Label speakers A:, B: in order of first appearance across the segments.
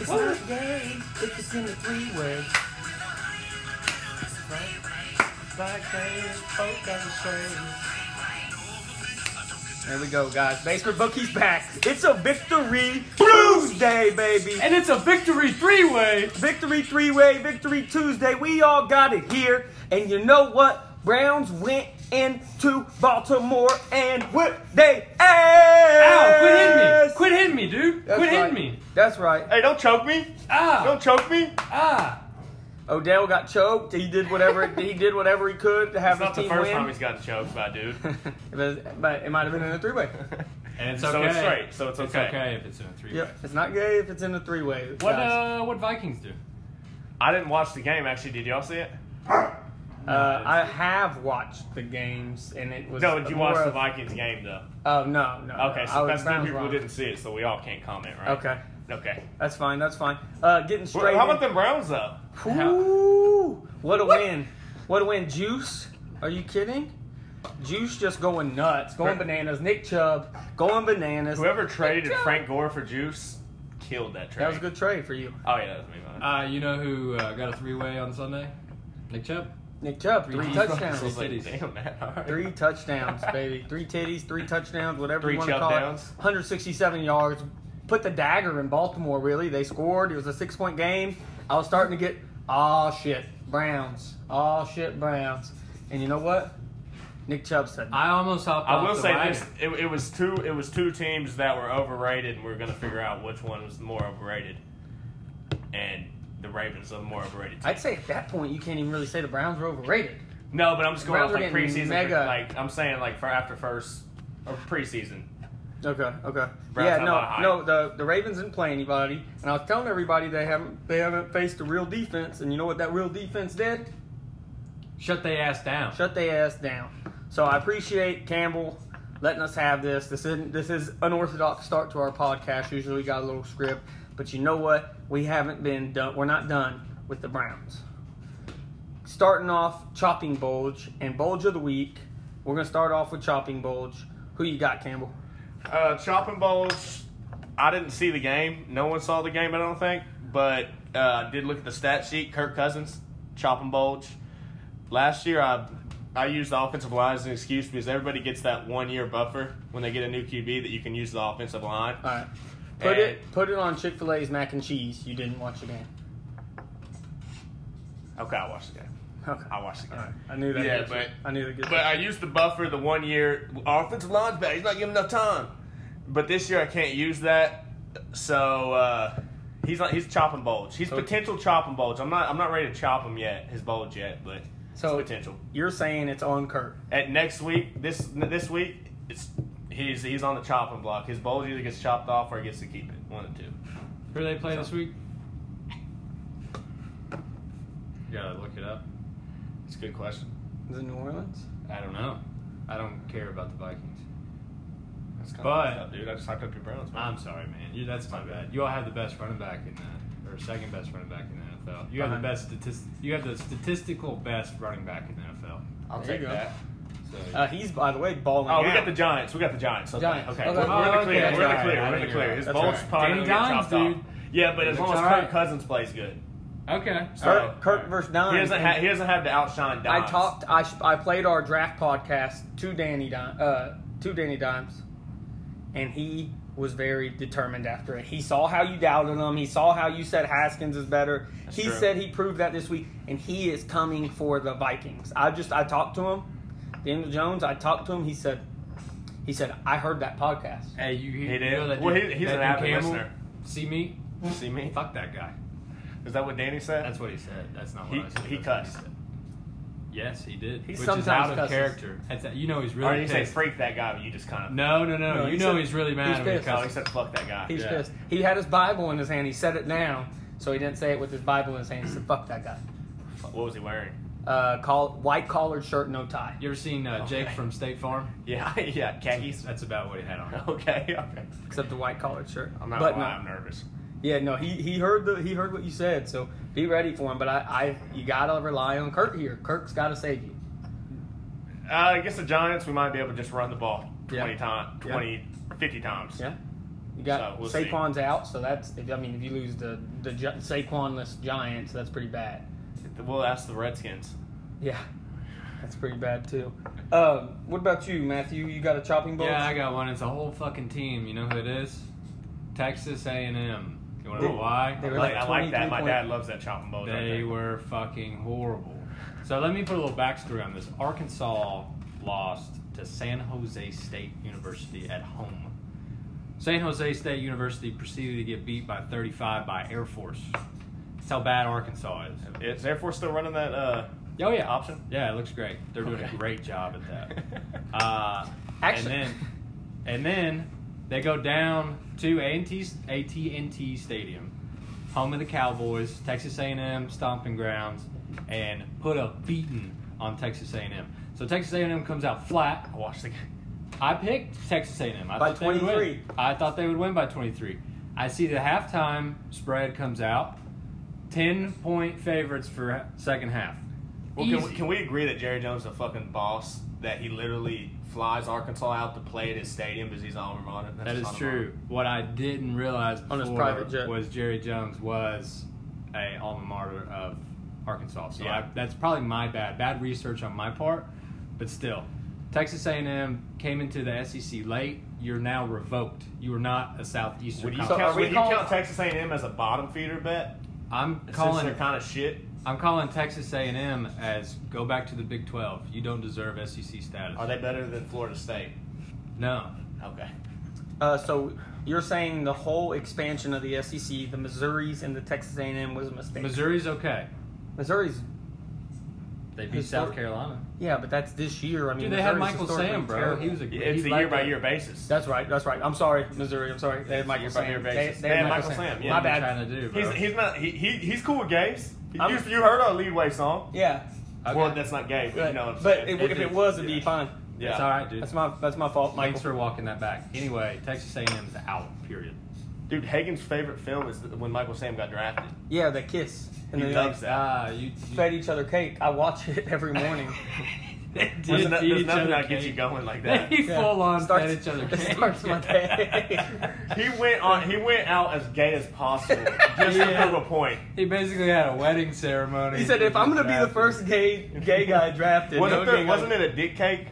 A: It's not gay if it's in the freeway. Black things, folk got the shade.
B: There we go, guys. Basement Bookie's back. It's a victory Tuesday, baby.
A: And it's a victory three-way.
B: Victory three way, victory Tuesday. We all got it here. And you know what? Browns went into Baltimore and whipped they
A: Ow,
B: ass.
A: quit hitting me. Quit hitting me, dude.
B: That's
A: quit
B: right.
A: hitting me.
B: That's right.
C: Hey, don't choke me.
A: Ah,
C: Don't choke me.
A: ah.
B: Odell got choked. He did whatever he did whatever he could to have
C: It's not
B: his
C: the
B: team
C: first
B: win.
C: time he's gotten choked by a dude.
B: It was- but it might have been in a three way.
A: And it's okay.
C: So it's straight. So it's
A: It's
C: okay.
A: okay if it's in a three-way.
B: Yep. It's not gay if it's in a three way.
A: What uh, what Vikings do?
C: I didn't watch the game actually. Did y'all see it?
B: Uh, I have watched the games, and it was.
C: No, did you
B: more
C: watch the
B: of-
C: Vikings game though?
B: Oh no, no.
C: Okay,
B: I
C: so
B: was
C: that's three
B: Browns
C: people who
B: watch.
C: didn't see it, so we all can't comment, right?
B: Okay,
C: Okay.
B: that's fine. That's fine. Uh, getting straight.
C: Well, how about
B: in-
C: them Browns though?
B: Ooh, what a win! What a win! Juice, are you kidding? Juice just going nuts, going bananas. Nick Chubb going bananas.
C: Whoever traded
B: Joe.
C: Frank Gore for Juice killed that trade.
B: That was a good trade for you,
C: Oh yeah, that was me. man.
A: Uh, you know who uh, got a three-way on Sunday? Nick Chubb.
B: Nick Chubb. Three,
A: Three
C: I was
B: touchdowns.
A: touchdowns.
C: like,
A: titties.
C: damn man. all right.
B: Three touchdowns, baby. Three titties, three touchdowns, whatever
C: Three
B: you want to
C: chub
B: call
C: downs.
B: it. 167 yards. Put the dagger in Baltimore, really. They scored. It was a six point game. I was starting to get, oh shit, Browns. Oh shit, Browns. And you know what? Nick Chubb said,
A: I almost hopped
C: I
A: off
C: will
A: the
C: say
A: wagon.
C: this: it, it was two. It was two teams that were overrated, and we are gonna figure out which one was more overrated. And the Ravens are the more overrated. Team.
B: I'd say at that point, you can't even really say the Browns were overrated.
C: No, but I'm just going off
B: Browns
C: like
B: are getting
C: preseason.
B: mega-
C: Like I'm saying, like for after first or preseason.
B: Okay, okay.
C: Browns have a lot of
B: yeah,
C: hype.
B: no, no, the, the Ravens didn't play anybody. And I was telling everybody they haven't they haven't faced a real defense. And you know what that real defense did?
A: Shut they ass down.
B: Shut their ass down. So I appreciate Campbell letting us have this. This isn't this is unorthodox start to our podcast. Usually we got a little script, but you know what? We haven't been done. We're not done with the Browns. Starting off chopping bulge and bulge of the week. We're gonna start off with chopping bulge. Who you got, Campbell?
C: Uh, chopping bowls. I didn't see the game. No one saw the game, I don't think. But uh, I did look at the stat sheet. Kirk Cousins, chopping bulge. Last year, I I used the offensive line as an excuse because everybody gets that one year buffer when they get a new QB that you can use the offensive line.
B: All right. Put
C: And-
B: it put it on Chick Fil A's mac and cheese. You didn't watch the game.
C: Okay, I watched the game.
B: Okay.
C: I watched the game.
B: All right. I knew that.
C: Yeah,
B: gets you.
C: but-
B: I knew that. gets
C: But
B: you.
C: I used the buffer the one year. Offensive line's bad. He's not giving enough time. But this year I can't use that. So uh, he's not, he's chopping bulge. He's potential chopping bulge. I'm not I'm not ready to chop him yet. His bulge yet, but
B: So-
C: it's potential.
B: You're saying it's on Kirk.
C: At next week, this this week, it's he's he's on the chopping block. His bulge either gets chopped off or he gets to keep it. One of two.
A: Who do they play this week? You gotta look it up.
C: It's a good question.
B: Is it New Orleans?
A: I don't know. I don't care about the Vikings.
C: That's kind
A: But-
C: of dude, I just hyped up your Browns. man.
A: I'm sorry, man. You, that's my bad. You all have the best running back in the, or second best running back in the NFL. You have the
B: Fine.
A: best statist. You have the statistical best running back in the NFL.
C: I'll
B: There you
C: take
B: go.
C: that.
A: So
B: Uh, he's by the way balling.
C: Oh, we
B: out.
C: got the Giants. We got the Giants. Okay.
B: Giants.
C: Okay.
B: Okay.
C: We're, we're in
A: Oh,
C: the
A: okay.
C: clear. We're in the
A: That's right.
C: clear. We're in the
A: That's
C: clear.
A: right.
C: His
B: That's
C: bulge
B: right.
C: probably
A: Danny
C: gonna get
A: Dimes,
C: chopped off.
A: dude.
C: Yeah, but as
A: Looks
C: long as
A: all
C: Kirk
A: right.
C: Cousins plays good,
A: Uh, okay.
B: Kirk,
C: So-
B: Kirk versus Dimes.
C: he doesn't
B: and
C: have he doesn't have to outshine
B: I
C: Dimes.
B: talked. I, sh- I played our draft podcast to Danny Dimes. Uh, to Danny Dimes, and he was very determined after it. He saw how you doubted him. He saw how you said Haskins is better.
C: That's
B: he
C: true.
B: said he proved that this week, and he is coming for the Vikings. I just I talked to him, Daniel Jones. I talked to him. He said, he said I heard that podcast.
A: Hey, you hear?
C: He
A: you
C: did.
A: know that
C: Well,
A: dude-
C: he- he's
A: that
C: an
A: dude
C: avid
A: Campbell?
C: listener.
A: See me?
C: See me?
A: Fuck that guy.
C: Is that what Danny said?
A: That's what he said. That's not what
C: He-
A: I said.
C: he
A: That's what
C: cussed.
A: said. Yes, he did.
B: He
A: Which
B: sometimes
A: is out of
B: cusses.
A: character. That's you know he's
C: or
A: really
C: you say
A: pissed.
C: freak that guy, but you just kind of
A: No, no, no.
B: No,
A: you
B: he
A: know
B: said-
A: he's really mad
B: he's
A: when he
B: pissed.
C: Oh, he
A: cusses.
C: said fuck that guy.
B: He's
A: Yeah.
B: pissed. He had his Bible in his hand. He set it down, so he didn't say it with his Bible in his hand. He said, "Fuck that guy."
C: What was he wearing?
B: Uh, call white collared shirt, no tie.
A: You ever seen uh, Jake
C: Okay.
A: from State Farm?
C: Yeah, yeah, khakis.
A: That's about what he had on.
C: Okay, okay.
B: except the white collared shirt.
C: I'm not.
B: but
C: gonna lie,
B: no.
C: I'm nervous.
B: Yeah, no. He he heard the he heard what you said, so be ready for him. But I, I you gotta rely on Kirk here. Kirk's gotta save you.
C: Uh, against the Giants, we might be able to just run the ball
B: Yeah.
C: 20 times,
B: Yeah.
C: 20, 50 times.
B: Yeah. You got
C: So, we'll see.
B: Saquon's out, so that's. I mean, if you lose the the Gi- Saquonless Giants, that's pretty bad.
C: We'll ask the Redskins.
B: Yeah, that's pretty bad too. Um, what about you, Matthew? You got a chopping board?
A: Yeah, I got one. It's a whole fucking team. You know who it is? Texas A&M. You want to
B: They-
A: know why?
B: they
C: I
B: were
C: like,
B: like
C: I like that.
B: 23
C: My
B: point-
C: dad loves that chopping bowl.
A: They were fucking horrible. So let me put a little backstory on this. Arkansas lost to San Jose State University at home. San Jose State University proceeded to get beat by 35 by Air Force. That's how bad Arkansas is.
C: Is Air Force still running that? Uh,
A: Oh yeah,
C: Option?
A: Yeah, it looks great. They're doing
B: Okay.
A: a great job at that. Uh,
B: Actually-
A: and then, and then they go down to AT&T, AT&T Stadium, home of the Cowboys, Texas A&M stomping grounds, and put a beating on Texas A&M. So Texas A&M comes out flat.
C: I watched the game.
A: I picked Texas A&M. I
B: By
A: thought they would win.
B: 23.
A: I thought they would win by 23. I see the halftime spread comes out, 10 point favorites for second half.
C: Well, can we,
A: Easy.
C: can we agree that Jerry Jones is a fucking boss? That he literally flies Arkansas out to play at his stadium because he's an alma mater. That's
A: That
C: his
A: is
C: alma mater.
A: true. What I didn't realize before
B: On his private jet.
A: was Jerry Jones was a alma mater of Arkansas. So
C: Yeah.
A: I, that's probably my bad, bad research on my part. But still, Texas A&M came into the SEC late. You're now revoked. You are not a Southeastern.
C: Would you,
B: So
A: Conference.
B: are
C: count,
B: we
C: would you
B: calling-
C: count Texas A&M as a bottom feeder bet?
A: I'm
C: Since
A: calling.
C: they're kind of shit.
A: I'm calling Texas A&M as go back to the Big 12. You don't deserve SEC status.
C: Are they better than Florida State?
A: No.
C: Okay.
B: Uh, so you're saying the whole expansion of the SEC, the Missouris and the Texas A&M was a mistake.
A: Missouri's okay.
B: Missouri's,
A: They beat
B: Who's
A: South
B: that?
A: Carolina.
B: yeah, but that's this year. I mean,
A: Dude, they had
B: Missouri's
A: Michael
B: historically
A: Sam, bro.
B: terrible.
A: He was a.
C: It's
A: he
C: a
A: led
C: year by
A: the-
C: year basis.
B: That's right. That's right. I'm sorry, Missouri. I'm sorry. They had
C: It's
B: Michael
C: year by year
B: Sam. They,
C: basis.
B: they had Michael Sam.
C: yeah.
B: My
A: What are you
B: bad.
A: trying to do, bro?
C: He's, he's not. He, he he's cool with gays. You,
B: I'm-
C: you heard our leadway song.
B: Yeah,
A: Okay.
C: Well, that's not gay, but,
B: but,
C: you know what I'm
B: but
C: saying.
B: it, if it was, it'd be
C: yeah.
B: fine.
C: Yeah.
A: It's all right, dude.
B: That's my that's my fault,
A: Thanks
B: Michael.
A: for walking that back. Anyway, Texas A&M is out. Period.
C: Dude, Hagen's favorite film is when Michael Sam got drafted.
B: Yeah, they kiss and
C: He
B: they like,
C: loves that.
A: Ah, you. you
B: fed each other cake. I watch it every morning.
A: they did
C: There's, no,
A: feed
C: there's
A: each
C: nothing
A: other
C: that gets you
A: cake.
C: going like that.
A: They
B: Yeah.
A: full on
B: Starts-
A: fed each other.
B: it
A: cake.
B: starts my day.
C: He went on. He went out as gay as possible just
A: Yeah.
C: to prove a point.
A: he basically had a wedding ceremony.
B: He said, "If I'm gonna be the first gay gay guy drafted, no
C: Wasn't, there,
B: gay guy-
C: wasn't it a dick cake?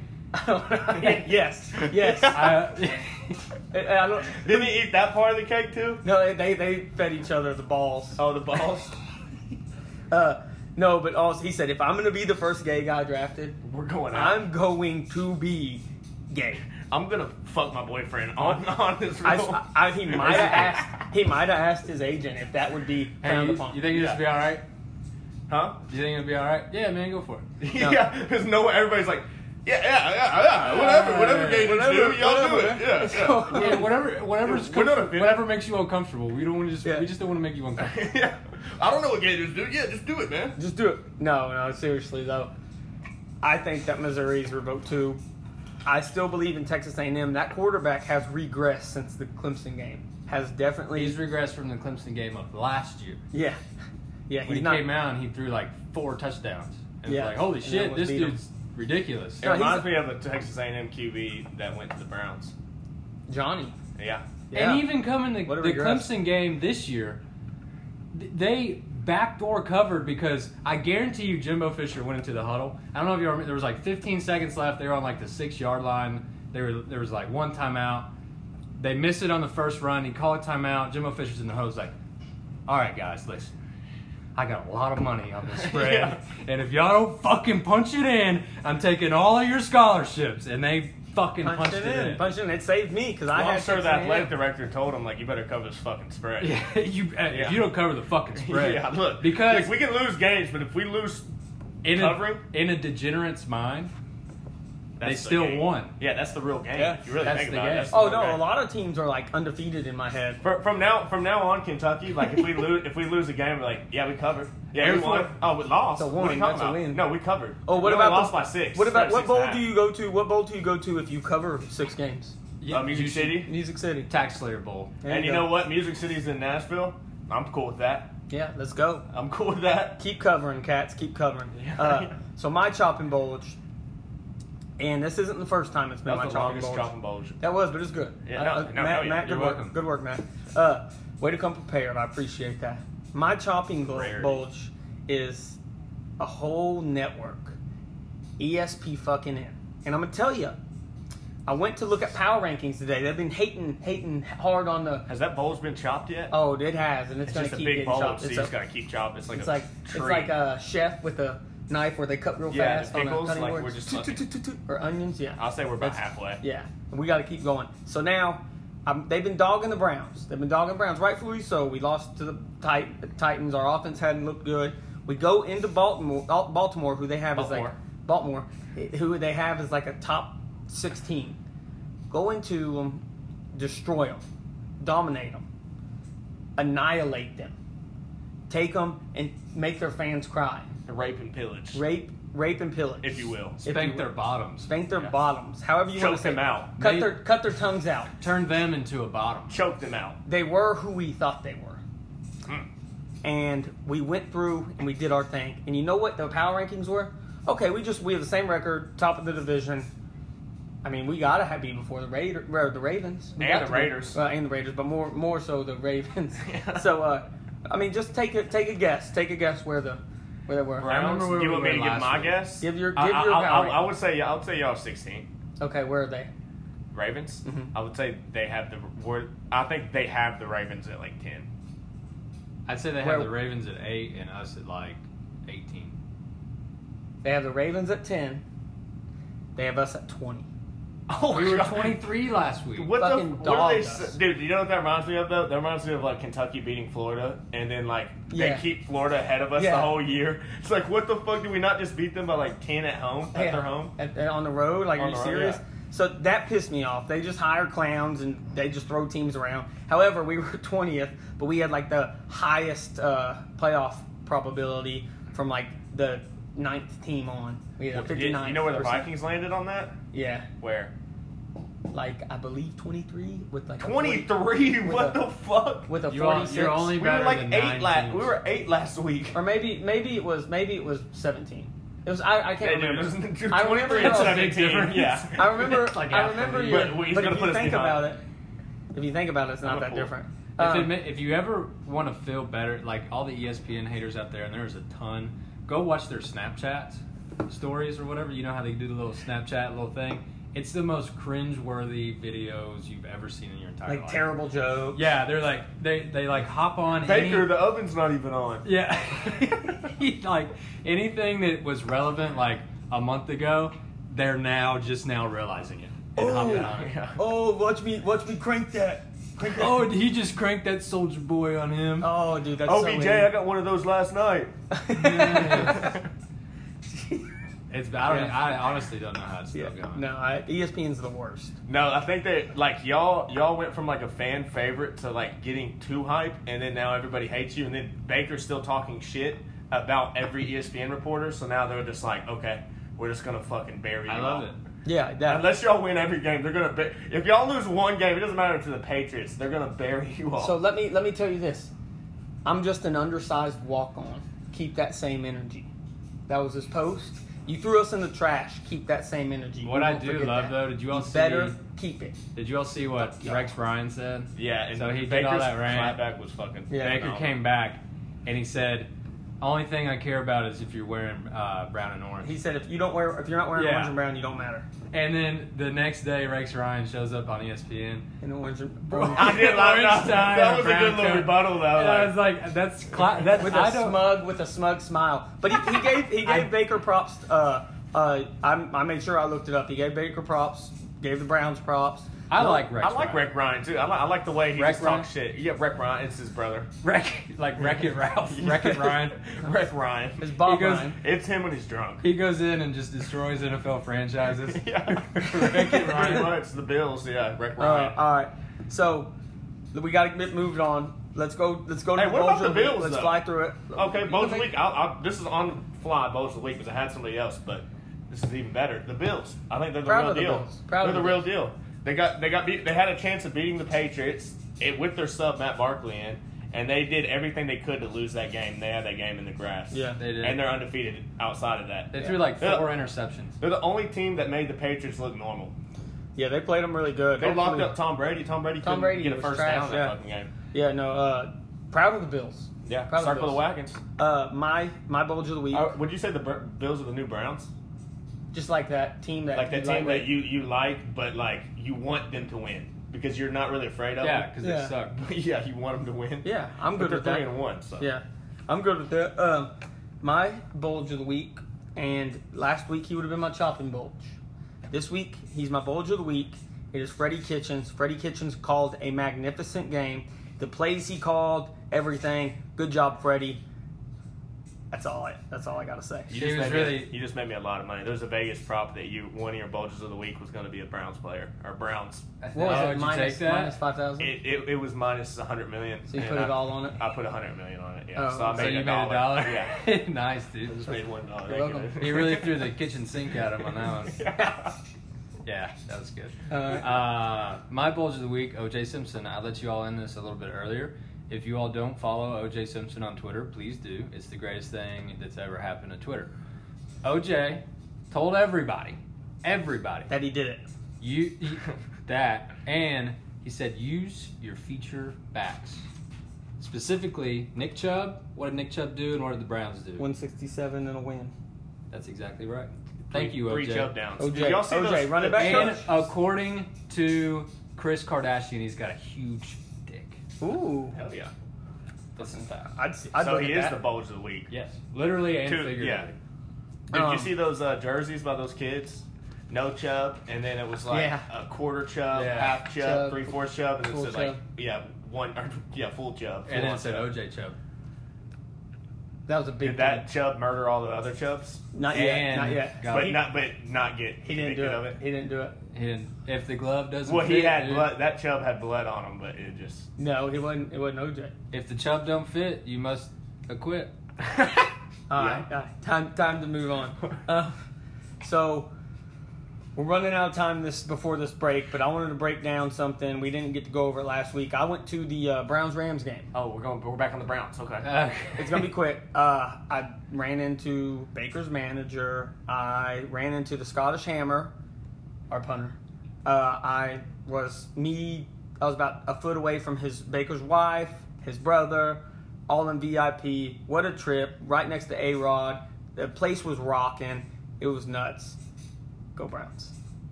B: yes, yes. I,
A: I,
B: I don't.
C: Didn't he eat that part of the cake too?
B: No, they they fed each other the balls.
C: Oh, the balls.
B: Uh, no, but also he said, if I'm gonna be the first gay guy drafted,
C: We're going out. I'm,
B: I'm going to be gay.
C: gonna fuck my boyfriend on on this
B: I,
C: roll.
B: I- he might have asked. He might have asked his agent if that would be
A: hey,
B: frowned
A: you,
B: upon.
A: you think this will be all right?
C: huh?
A: You think it'll be all right? Yeah, man, go for it.
B: No.
C: Yeah, because no one, everybody's like, yeah, yeah, yeah, yeah, whatever, whatever gay dudes
B: Uh, Whatever,
C: do, y'all do
B: whatever.
C: it. Yeah, yeah.
A: Yeah, whatever, whatever's
C: We're not
A: comfort-
C: offended.
A: whatever makes you uncomfortable. We don't want to just.
B: Yeah.
A: We just don't want to make you uncomfortable.
C: yeah. I don't know what gay dudes do. Yeah, just do it, man.
B: Just do it. No, no, seriously though. I think that Missouri's revoked too. I still believe in Texas A&M. That quarterback has regressed since the Clemson game. Has definitely
A: He's regressed from the Clemson game of last year.
B: yeah. Yeah,
A: When
B: he's
A: he
B: not
A: came out and he threw like four touchdowns. And
B: Yeah.
A: it's like, holy
B: And
A: shit,
B: almost
A: this
B: beat 'em.
A: dude's ridiculous.
C: It
B: No, he's-
C: reminds me of the Texas A&M QB that went to the Browns.
B: Johnny.
C: Yeah.
B: Yeah.
A: And even coming the,
B: What a
A: the
B: regress.
A: Clemson game this year, th- they backdoor covered because I guarantee you Jimbo Fisher went into the huddle. I don't know if you remember, there was like 15 seconds left. They were on like the six yard line. They were, there was like one timeout. They missed it on the first run. He called a timeout. Jimbo Fisher's in the huddle. He's like, all right, guys, listen. I got a lot of money on this spread.
C: Yeah.
A: And if y'all don't fucking punch it in, I'm taking all of your scholarships. And they fucking
B: Punched,
A: punched,
B: it in. Punched it in. It saved me because I
C: Well,
B: had
C: I'm sure the
B: Texas A&M.
C: athletic director told him, like, you better cover this fucking spread.
A: Yeah, you uh,
C: Yeah.
A: if you don't cover the fucking spread.
C: Yeah, look.
A: because
C: look, we can lose games, but if we lose,
A: in
C: covering-
A: a, in a degenerate's mind,
C: that's the
A: still
C: game.
A: won.
C: Yeah, that's the real game.
B: Yeah,
C: if you really
A: that's
C: think
A: the
C: about it.
A: game.
C: That's the
B: Oh
C: real
B: no, a
C: game.
B: lot of teams are like undefeated in my head.
C: Fr- From now, from now on, Kentucky, like if we lose, if we lose a game, we're like, yeah, we covered. Yeah, we
A: Air
C: won.
A: Force-
C: Oh, we lost.
B: It's a
C: What are
B: win.
C: you talking
B: That's a
C: about?
B: win.
C: No, we covered.
B: Oh, what
C: We
B: about
C: only
B: the-
C: lost by six?
B: What about
C: Spread
B: what
C: six
B: bowl
C: and a
B: do
C: half.
B: you go to? What bowl do you go to if you cover six games?
A: Yeah,
C: Uh, Music
A: you should-
C: City?
B: Music City.
A: Tax Slayer Bowl.
B: There
C: and you
B: go.
C: know what? Music City's in Nashville. I'm cool with that.
B: Yeah, let's go.
C: I'm cool with that.
B: Uh, Keep covering, cats. Keep covering.
C: Yeah.
B: Uh, so my chopping bowl, and this isn't the first time it's been
C: That
B: my
C: was the
B: chopping
C: longest
B: bulge.
C: chopping bulge.
B: That was, but it's good.
C: Yeah, no,
B: Uh, uh,
C: no, no,
B: Matt,
C: you're-
B: Matt,
C: you're
B: good work.
C: welcome.
B: Good work, Matt. Uh, way to come prepared. I appreciate that. My chopping bul-
C: Rarity.
B: bulge is a whole network, ESP fucking in, and I'm gonna tell you. I went to look at power rankings today. They've been hating, hating hard on the.
C: Has that bulge been chopped yet?
B: Oh, it has, and it's,
C: it's
B: gonna
C: just a
B: keep
C: big
B: getting
C: bulge,
B: chopped.
C: so you
B: It's a-
C: just gotta keep chopping. It's like
B: it's
C: a
B: like
C: tree.
B: it's like a chef with a knife where they cut real
C: Yeah,
B: fast
C: the
B: on a
C: pickles,
B: cutting
C: like,
B: board.
C: we're just looking.
B: or onions, yeah.
C: I'll say we're about
B: That's-
C: halfway.
B: Yeah, we got to keep going. So now, um, they've been dogging the Browns. They've been dogging Browns, rightfully so. We lost to the Tit- Titans. Our offense hadn't looked good. We go into Baltimore, Al- Baltimore, who they have is like Baltimore, eh, who they have is like a top sixteen. Go into them, destroy them, dominate them, annihilate them, take them and make their fans cry.
C: rape and pillage,
B: Rape, rape and pillage,
C: if you will.
B: If
A: Spank
B: you-
A: their bottoms.
B: spank their
C: Yeah.
B: bottoms. However you want
C: Choke
B: to say
C: them
B: it.
C: out.
B: Cut
A: They-
B: their cut their tongues out.
A: Turn them into a bottom.
C: Choke them out. Hmm.
B: They were who we thought they were. And we went through and we did our thing. And you know what the power rankings were? Okay, we just we have the same record, top of the division. I mean, we gotta have be before the Raider, or the Ravens, We
C: And
B: got
C: the
B: to be-
C: Raiders.
B: well, and the Raiders, but more more so the Ravens. so, uh, I mean, just take a take a guess, take a guess where the where they were.
A: Right. remember
C: Browns.
A: where
C: you
A: we
C: want me
A: were
C: to give
A: last
C: my
A: week.
C: guess?
B: Give your give
C: I,
B: your power
C: I, I, I
B: ranking.
C: would say I'll say y'all sixteen.
B: Okay, where are they?
C: Ravens.
B: Mhm.
C: I would say they have the. Were, I think they have the Ravens at like ten.
A: I'd say they
B: Where-
A: have the Ravens at eight and us at like eighteen.
B: They have the Ravens at ten. They have us at twenty.
C: Oh,
A: We were
C: God.
A: twenty three last week.
C: What the?
B: Fucking
C: What are they,
B: dogged us.
C: s- dude? You know what that reminds me of though? That reminds me of like Kentucky beating Florida, and then like they
B: Yeah.
C: keep Florida ahead of us
B: Yeah.
C: the whole year. It's like, what the fuck? Did we not just beat them by like ten at home at
B: Yeah.
C: their home?
B: At- at- on the road. Like,
C: On
B: are you
C: the road,
B: serious?
C: yeah.
B: So that pissed me off. They just hire clowns and they just throw teams around. However, we were twentieth, but we had like the highest uh, playoff probability from like the ninth team on. We had a
C: Did-
B: fifty nine.
C: you know where the Vikings landed on that?
B: Yeah,
C: Where?
B: like I believe twenty three with like a 40
C: Twenty three.
B: With
C: What
B: a-
C: the fuck?
B: with a
A: You are-
B: forty six.
A: you're only-
C: we were
A: better
C: like
A: than nine
C: eight last.
A: teams.
C: We were eight last week.
B: Or maybe maybe it was maybe it was seventeen. It was I, I
C: Yeah,
B: can't
C: dude,
B: remember.
C: it was
B: I remember
C: 23
B: it
C: and
B: was a
C: 17,
A: big difference.
C: Yeah.
B: I remember.
A: It's like
B: I
A: half the
B: remember
A: league.
B: you.
C: But
B: But,
C: he's gonna
B: if
C: put
B: you
C: us
B: think
C: behind.
B: about it, if you think about it, it's not
C: I'm a
B: that
C: fool.
B: different.
A: If, it
B: Um,
A: ma- if you ever want to feel better, like all the E ESPN haters out there, and there's a ton, go watch their Snapchats, stories, or whatever. You know how they do the little Snapchat little thing? It's the most cringe-worthy videos you've ever seen in your entire
B: like
A: life.
B: terrible joke.
A: Yeah, they're like they they like hop on
C: Baker,
A: any-
C: the oven's not even on.
A: Yeah. He, like anything that was relevant like a month ago, they're now just now realizing it. And hopping on it.
C: Yeah.
B: Oh, watch me, watch me crank that. Crank that.
A: Oh, he just cranked that soldier boy on him.
B: Oh, dude, that's
C: OBJ, I got one of those last night.
B: so mean.
A: It's I, don't,
B: Yeah.
A: I honestly don't know how it's
B: yeah.
A: still going.
B: No, I, E ESPN's the worst.
C: No, I think that like y'all y'all went from like a fan favorite to like getting too hype, and then now everybody hates you, and then Baker's still talking shit about every E ESPN reporter. So now they're just like, okay, we're just gonna fucking bury you.
A: I love
C: all.
A: it.
B: Yeah, that.
C: Unless y'all win every game, they're gonna. Ba- if y'all lose one game, it doesn't matter to the Patriots. They're gonna bury you all.
B: So let me let me tell you this. I'm just an undersized walk on. Keep that same energy. That was his post. You threw us in the trash. Keep that same energy.
A: What
B: We
A: I
B: won't
A: do
B: forget
A: love,
B: that.
A: though, did you all
B: Be better
A: see-
B: keep it?
A: Did you all see what
B: Yeah.
A: Rex Ryan said?
C: yeah, and
A: So he did
C: Baker's
A: all that rant.
C: clapback was fucking.
B: Yeah.
A: Baker
C: phenomenal.
A: came back and he said, "Only thing I care about is if you're wearing uh, brown and orange."
B: He said if you don't wear if you're not wearing
A: Yeah.
B: orange and brown, you don't matter.
A: and then the next day, Rex Ryan shows up on E ESPN.
B: And orange and
A: Bro,
B: orange-
C: I did like that.
A: Orange tie
C: That
A: and
C: was a good
A: brown
C: little
A: coat.
C: rebuttal. That
A: And I
C: was
A: was
C: like,
A: like, "That's cla- that's
B: with a
A: I don't."
B: smug with a smug smile. But he, he gave he gave
A: I-
B: Baker props. Uh, uh, I, I made sure I looked it up. He gave Baker props. Gave the Browns props.
A: I like Rex.
C: I like
A: Ryan.
C: Rick Ryan too. I like, I like the way he
A: Rick
C: just talks
A: Ryan?
C: shit. Yeah, Rick Ryan. It's his brother.
A: Wreck like Wreck It Ralph. Wreck It Ryan.
C: Rick Ryan.
B: It's Bob
A: He goes-
B: Ryan.
C: It's him when he's drunk.
A: He goes in and just destroys NFL franchises.
C: yeah.
A: Rick and
C: Pretty
A: Ryan.
C: much the Bills. Yeah, Rick
B: Uh,
C: Ryan.
B: all right. So we got to get moved on. Let's go. Let's go to
C: Hey,
B: the
C: what
B: Bulls
C: about the
B: of Week.
C: Bills,
B: Let's
C: though?
B: fly through it.
C: okay,
B: You can
C: Bulls of the
B: make-
C: week. I'll, I'll, this is on the fly Bulls of the week because I had somebody else, but this is even better. The Bills. I think they're the
B: Proud
C: real
B: of the
C: deal.
B: Bills. Proud
C: they're
B: of
C: the,
B: the
C: real eh, deal. They got they got beat, they had a chance of beating the Patriots it, with their sub Matt Barkley in, and and they did everything they could to lose that game. They had that game in the grass.
B: Yeah.
A: They did.
C: and they're undefeated outside of that.
A: They threw like four
C: Yeah.
A: interceptions.
C: They're the only team that made the Patriots look normal.
B: Yeah, they played them really good.
C: They locked
B: Hopefully-
C: up Tom Brady. Tom Brady
B: Tom
C: couldn't
B: Brady
C: get a
B: was
C: first
B: trash,
C: down in
B: yeah.
C: that fucking game.
B: Yeah, no. Uh, proud of the Bills.
C: Yeah,
B: Proud of the
C: circle the
B: Bills.
C: wagons.
B: Uh, my my bulge of the week,
C: Uh, would you say the Br- Bills are the new Browns?
B: just like that team that
C: Like that
B: you like-
C: team that you, you like, but like you want them to win because you're not really afraid of
A: Yeah,
C: them.
A: because
B: Yeah.
A: they suck.
C: yeah, you want them to win.
B: Yeah, I'm good
C: but they're
B: with that.
C: three and one. So
B: Yeah, I'm good with that. Um, my bulge of the week, and last week he would have been my chopping bulge. This week he's my bulge of the week. It is Freddie Kitchens. Freddie Kitchens called a magnificent game. The plays he called, everything. Good job, Freddie. That's all. I, that's all I gotta say.
C: You
A: He
C: just,
A: was
C: made me-
A: really-
C: you just made me a lot of money. There's a Vegas prop that you one of your bulges of the week was going to be a Browns player or Browns.
B: What was
A: Oh,
B: it?
A: did you
B: Minus-
A: take that?
B: minus five thousand.
C: It, it, it was minus 100 million.
B: So you
C: and
B: put it
C: I-
B: all on it.
C: I put 100 million on it. Yeah,
B: Oh,
C: so I
B: so
C: made,
A: So
C: a,
A: you made
C: dollar.
A: a dollar.
C: Yeah,
A: nice,
C: I
A: dude.
C: just made one dollar.
B: You're
C: Thank you,
B: welcome.
C: man.
A: He really threw the kitchen sink at him on that one.
C: Yeah.
A: Yeah, that was good.
B: Uh,
A: Uh, my bulge of the week, OJ Simpson. I let you all in this a little bit earlier. If you all don't follow OJ Simpson on Twitter, please do. It's the greatest thing that's ever happened to Twitter. OJ told everybody, everybody,
B: that he did it.
A: you that, and he said use your feature backs. Specifically, Nick Chubb. What did Nick Chubb do, and what did the Browns do?
B: 167 and a win.
A: That's exactly right. Thank you, OJ.
C: Three jump downs.
B: OJ,
C: Did y'all see
B: OJ,
C: those-
B: run it back,
A: And
B: coach.
A: according to Chris Kardashian, he's got a huge dick.
B: Ooh.
C: Hell yeah.
A: That's in fact.
B: I'd, I'd
C: so
B: look
C: he
B: at
C: is
B: that.
C: the bulge of the week.
A: Yes, literally and
C: Two-
A: figuratively.
C: yeah. Did
B: Um,
C: you see those uh, jerseys by those kids? No chub, and then it was like
B: Yeah.
C: a quarter chub,
A: Yeah.
C: half chub,
B: Chub,
C: three fourths chub, and it
B: full
C: said like
B: chub.
C: yeah one or, yeah full chub.
A: And then
C: full-on
A: it said
C: chub.
A: OJ Chubb.
B: That was a big
C: Did that chub murder all the other chubs?
B: thing. Not yet.
A: And
B: Not yet.
A: got- No,
C: but
A: he-
C: not but not get
B: He didn't do
C: convicted
B: it.
C: of it.
B: He didn't do it.
A: And if the glove doesn't
C: Well,
A: fit,
C: he had
A: dude,
C: blood. That chub had blood on him, but it just.
B: No, he wasn't. It wasn't OJ.
A: if the Chubb don't fit, you must acquit.
B: All right, all right. Time, time to move on. Uh, so we're running out of time this before this break, but I wanted to break down something we didn't get to go over it last week. I went to the uh, Browns Rams game.
C: Oh, we're going. We're back on the Browns. Okay.
A: Uh,
B: It's gonna be quick. Uh, I ran into Baker's manager. I ran into the Scottish Hammer, our punter. Uh, I was me. I was about a foot away from his Baker's wife, his brother, all in VIP. What a trip! Right next to A Rod. The place was rocking. It was nuts. Go Browns!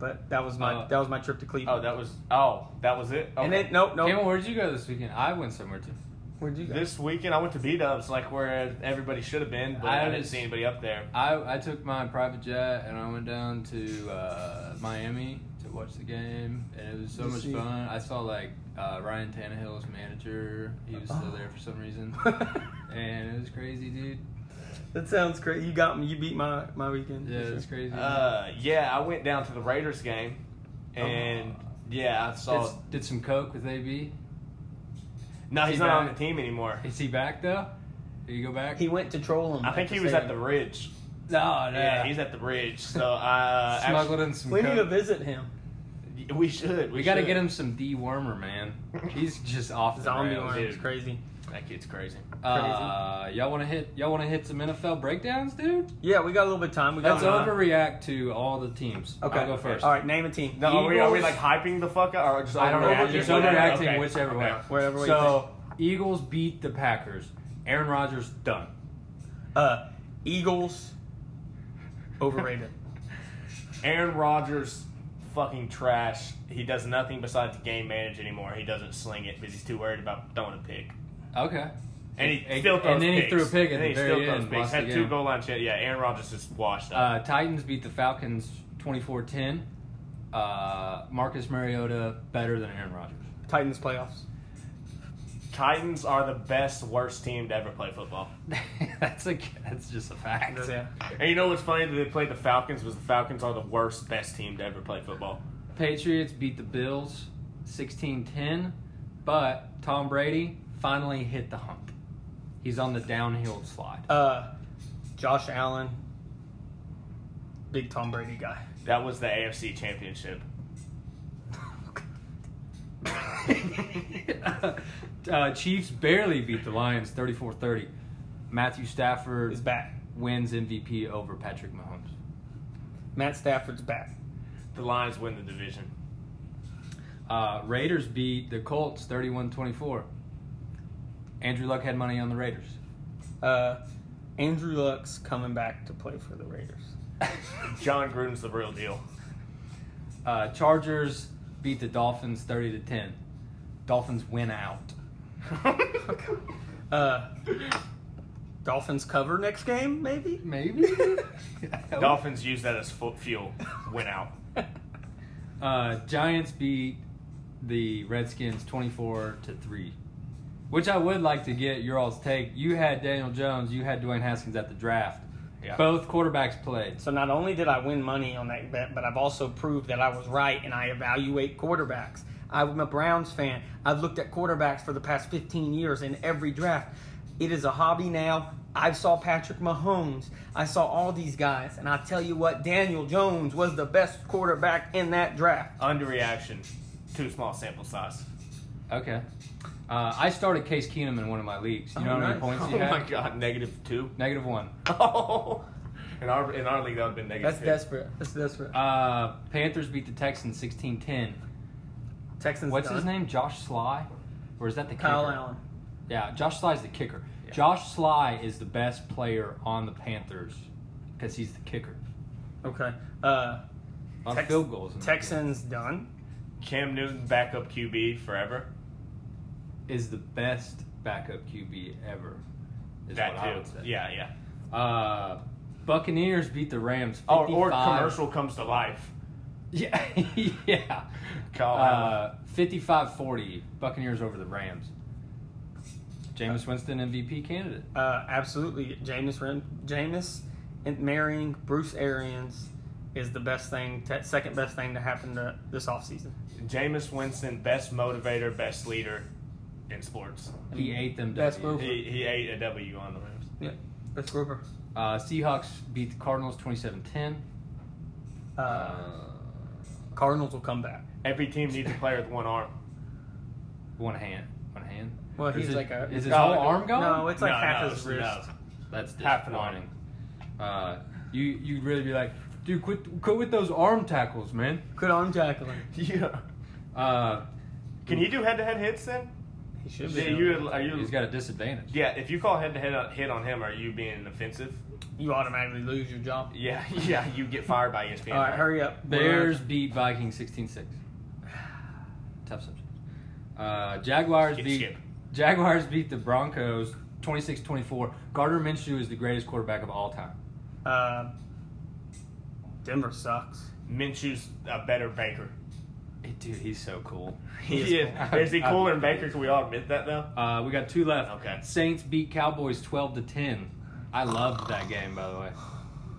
B: But that was my
A: Uh,
B: that was my trip to Cleveland.
C: Oh, that was. Oh, that was it. Okay.
B: And then nope nope.
A: Cameron, where'd you go this weekend? I went somewhere too.
B: Where'd you go?
C: this weekend I went to B Dubs, like where everybody should have been, but I,
A: I
C: didn't
A: was-
C: see anybody up there.
A: I, I took my private jet and I went down to uh, Miami to watch the game, and it was so
B: Did
A: much
B: you-
A: fun. I saw like uh, Ryan Tannehill's manager; he was still
B: Oh.
A: there for some reason, and it was crazy, dude.
B: that sounds great. You got me. You beat my my weekend.
A: Yeah,
B: for sure.
A: it was crazy.
C: Uh, yeah, I went down to the Raiders game,
A: Oh.
C: and yeah, I
A: Did-
C: saw.
A: did some coke with AB.
C: no, he's
A: Is
C: not
A: he
C: on the
A: back?
C: team anymore.
A: Is he back though? Did you go back?
B: He went to troll him.
C: I think
B: the
C: he was at the
B: stadium.
C: Ridge.
A: no, no.
C: Yeah, he's at the Ridge. So uh,
A: smuggled in some.
B: We need to
A: coke.
B: visit him.
C: actually, we should. We,
A: We got to
C: should.
A: get him some dewormer, man. He's just off the
B: Zombie
A: rails.
B: arm
C: dude.
B: is crazy.
C: That kid's crazy.
A: Uh, y'all want to hit? Y'all want to hit some NFL breakdowns, dude?
B: Yeah, we got a little bit of time. We got
A: Let's
B: time.
A: overreact to all the teams.
B: Uh-huh. Okay,
A: I'll go first.
B: All right, name a team.
C: No, are we, are we
A: Eagles-
C: like hyping the fuck up or just
A: I don't know.
C: overreacting?
A: Just
C: Whatever,
A: overreacting
C: okay.
A: whichever
C: Okay.
A: way.
B: Wherever we
A: So Eagles beat the Packers. Aaron Rodgers done.
B: Uh, Eagles, overrated.
C: Aaron Rodgers, fucking trash. He does nothing besides game manage anymore. He doesn't sling it because he's too worried about throwing a pick.
A: Okay.
C: And he
A: And-
C: still throws
A: and then he
C: picks.
A: threw a pick at
C: And
A: the
C: he
A: very
C: still throws
A: end,
C: picks.
A: lost the
C: Had two
A: game.
C: goal line shit. Yeah, Aaron Rodgers just washed up.
A: Uh, Titans beat the Falcons 24-10. Uh, Marcus Mariota better than Aaron Rodgers.
B: Titans playoffs.
C: Titans are the best, worst team to ever play football.
A: that's a that's just a fact.
B: That's it.
C: And you know what's funny? That they played the Falcons was the Falcons are the worst, best team to ever play football.
A: Patriots beat the Bills 16-10, but Tom Brady finally hit the hump. He's on the downhill slide.
B: Uh, Josh Allen, big Tom Brady guy.
C: That was the AFC Championship.
A: Uh, Chiefs barely beat the Lions 34-30. Matthew Stafford
B: Is back.
A: wins MVP over Patrick Mahomes.
B: Matt Stafford's back.
C: The Lions win the division.
A: Uh, Raiders beat the Colts 31-24. Andrew Luck had money on the Raiders.
B: Uh, Andrew Luck's coming back to play for the Raiders.
C: John Gruden's the real deal.
A: Uh, Chargers beat the Dolphins 30 to 10. Dolphins win out.
B: Uh, Dolphins cover next game, maybe.
A: Maybe.
C: Dolphins use that as fu- fuel. Win out.
A: Uh, Giants beat the Redskins 24 to 3. Which I would like to get your all's take. You had Daniel Jones, you had Dwayne Haskins at the draft.
C: Yeah.
A: Both quarterbacks played.
B: So not only did I win money on that bet, but I've also proved that I was right and I evaluate quarterbacks. I'm a Browns fan. I've looked at quarterbacks for the past 15 years in every draft. It is a hobby now. I saw Patrick Mahomes. I saw all these guys, and I tell you what, Daniel Jones was the best quarterback in that draft.
C: Underreaction. Too small sample size.
A: Okay. Uh, I started Case Keenum in one of my leagues. You know
B: Oh,
A: how many
B: nice.
A: points he
C: Oh
A: had?
C: my god, negative two.
A: Negative one.
C: Oh. In our in our league that would have been negative
B: That's
C: two.
B: desperate. That's desperate.
A: Uh, Panthers beat the Texans 16 10.
B: Texans.
A: What's
B: done.
A: his name? Josh Sly? Or is that the
B: Kyle
A: kicker?
B: Allen.
A: Yeah, Josh Sly's the kicker. Josh Sly is the best player on the Panthers because he's the kicker.
B: Okay. Uh,
A: On
B: Tex-
A: field goals.
B: Texans done.
C: Cam Newton backup QB forever.
A: Is the best backup QB ever. Is
C: that
A: what
C: too.
A: I would say.
C: Yeah, yeah. Oh,
A: Uh, Buccaneers beat the Rams. 55.
C: Or, or commercial comes to life.
A: Yeah. yeah.
C: Kyle
A: uh, 55 40. Buccaneers over the Rams. Jameis Winston, MVP candidate.
B: Uh, absolutely, Jameis Ren- Jameis and marrying Bruce Arians is the best thing, te- second best thing to happen to this offseason.
C: Jameis Winston, best motivator, best leader in sports.
A: He ate them.
B: Best
A: W's.
B: move.
C: He, he ate a W on the Rams.
B: Yeah, that's Gruber.
A: Uh, Seahawks beat the Cardinals 27 10.
B: Uh, Cardinals will come back.
C: Every team needs a player with one arm.
A: One hand. One hand.
B: Well,
A: Is
B: he's
A: it-
B: like a.
A: Is his
C: no,
A: whole arm gone?
B: No, it's like
C: No,
B: half
C: no,
B: his
C: no.
B: wrist.
A: That's
C: half an arm.
A: disappointing. Uh, you you'd really be like, dude, quit quit with those arm tackles, man.
B: Good arm tackling.
C: Yeah.
A: Uh,
C: Can you do head to head hits then?
B: He should be.
C: Yeah, you, are you,
A: he's got a disadvantage.
C: yeah, if you call head to head hit on him, are you being offensive?
B: you automatically lose your job.
C: Yeah, yeah, you get fired by E ESPN.
B: All right, hurry up. We're-
A: Bears beat Vikings 16-6. Tough subject. Uh, Jaguars
C: Skip,
A: beat
C: skip.
A: Jaguars beat the Broncos 26-24. Gardner Minshew is the greatest quarterback of all time.
B: Uh, Denver sucks.
C: Minshew's a better Baker.
A: Hey, dude, he's so cool.
B: He is
A: cool.
C: Is he cooler than Baker? Can we all admit that though?
A: Uh, we got two left.
C: Okay.
A: Saints beat Cowboys 12 to 10. I loved that game, by the way.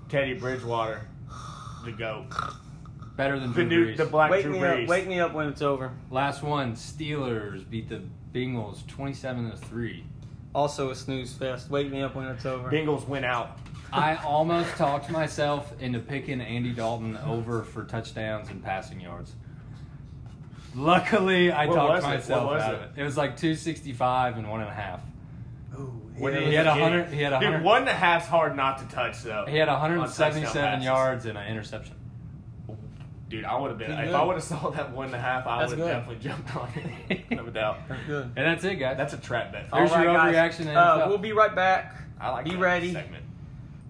C: Teddy Bridgewater, the goat,
A: Better than
C: the
A: Drew
C: new,
A: Brees.
C: the black
B: wake
C: Drew
B: me
C: Brees.
B: up. Wake me up when it's over.
A: Last one, Steelers beat the Bengals 27 to 3.
B: Also a snooze fest. Wake me up when it's over.
C: Bengals win out.
A: I almost talked myself into picking Andy Dalton over for touchdowns and passing yards. Luckily, I
C: What was
A: talked
C: it? What
A: myself
C: was
A: out
C: it?
A: of it. It was like 265 and one and a half.
B: Ooh,
C: When
B: yeah.
A: he had a hundred- he had a
C: Dude,
A: hundred-
C: one and a half's hard not to touch though.
A: He had
C: On
A: 177
C: touchdown
A: yards and an interception.
C: Dude, I would have been.
B: Pretty
C: If
B: good.
C: I would have saw that one and a half, I
B: That's
C: would have
B: good.
C: definitely jumped on it. no doubt.
B: That's good.
A: And that's it, guys.
C: That's a trap bet.
A: There's
B: All
A: your
B: guys.
A: overreaction and
B: Uh,
A: stuff.
B: we'll be right back.
C: I like.
B: Be
C: that
B: ready.
C: Segment.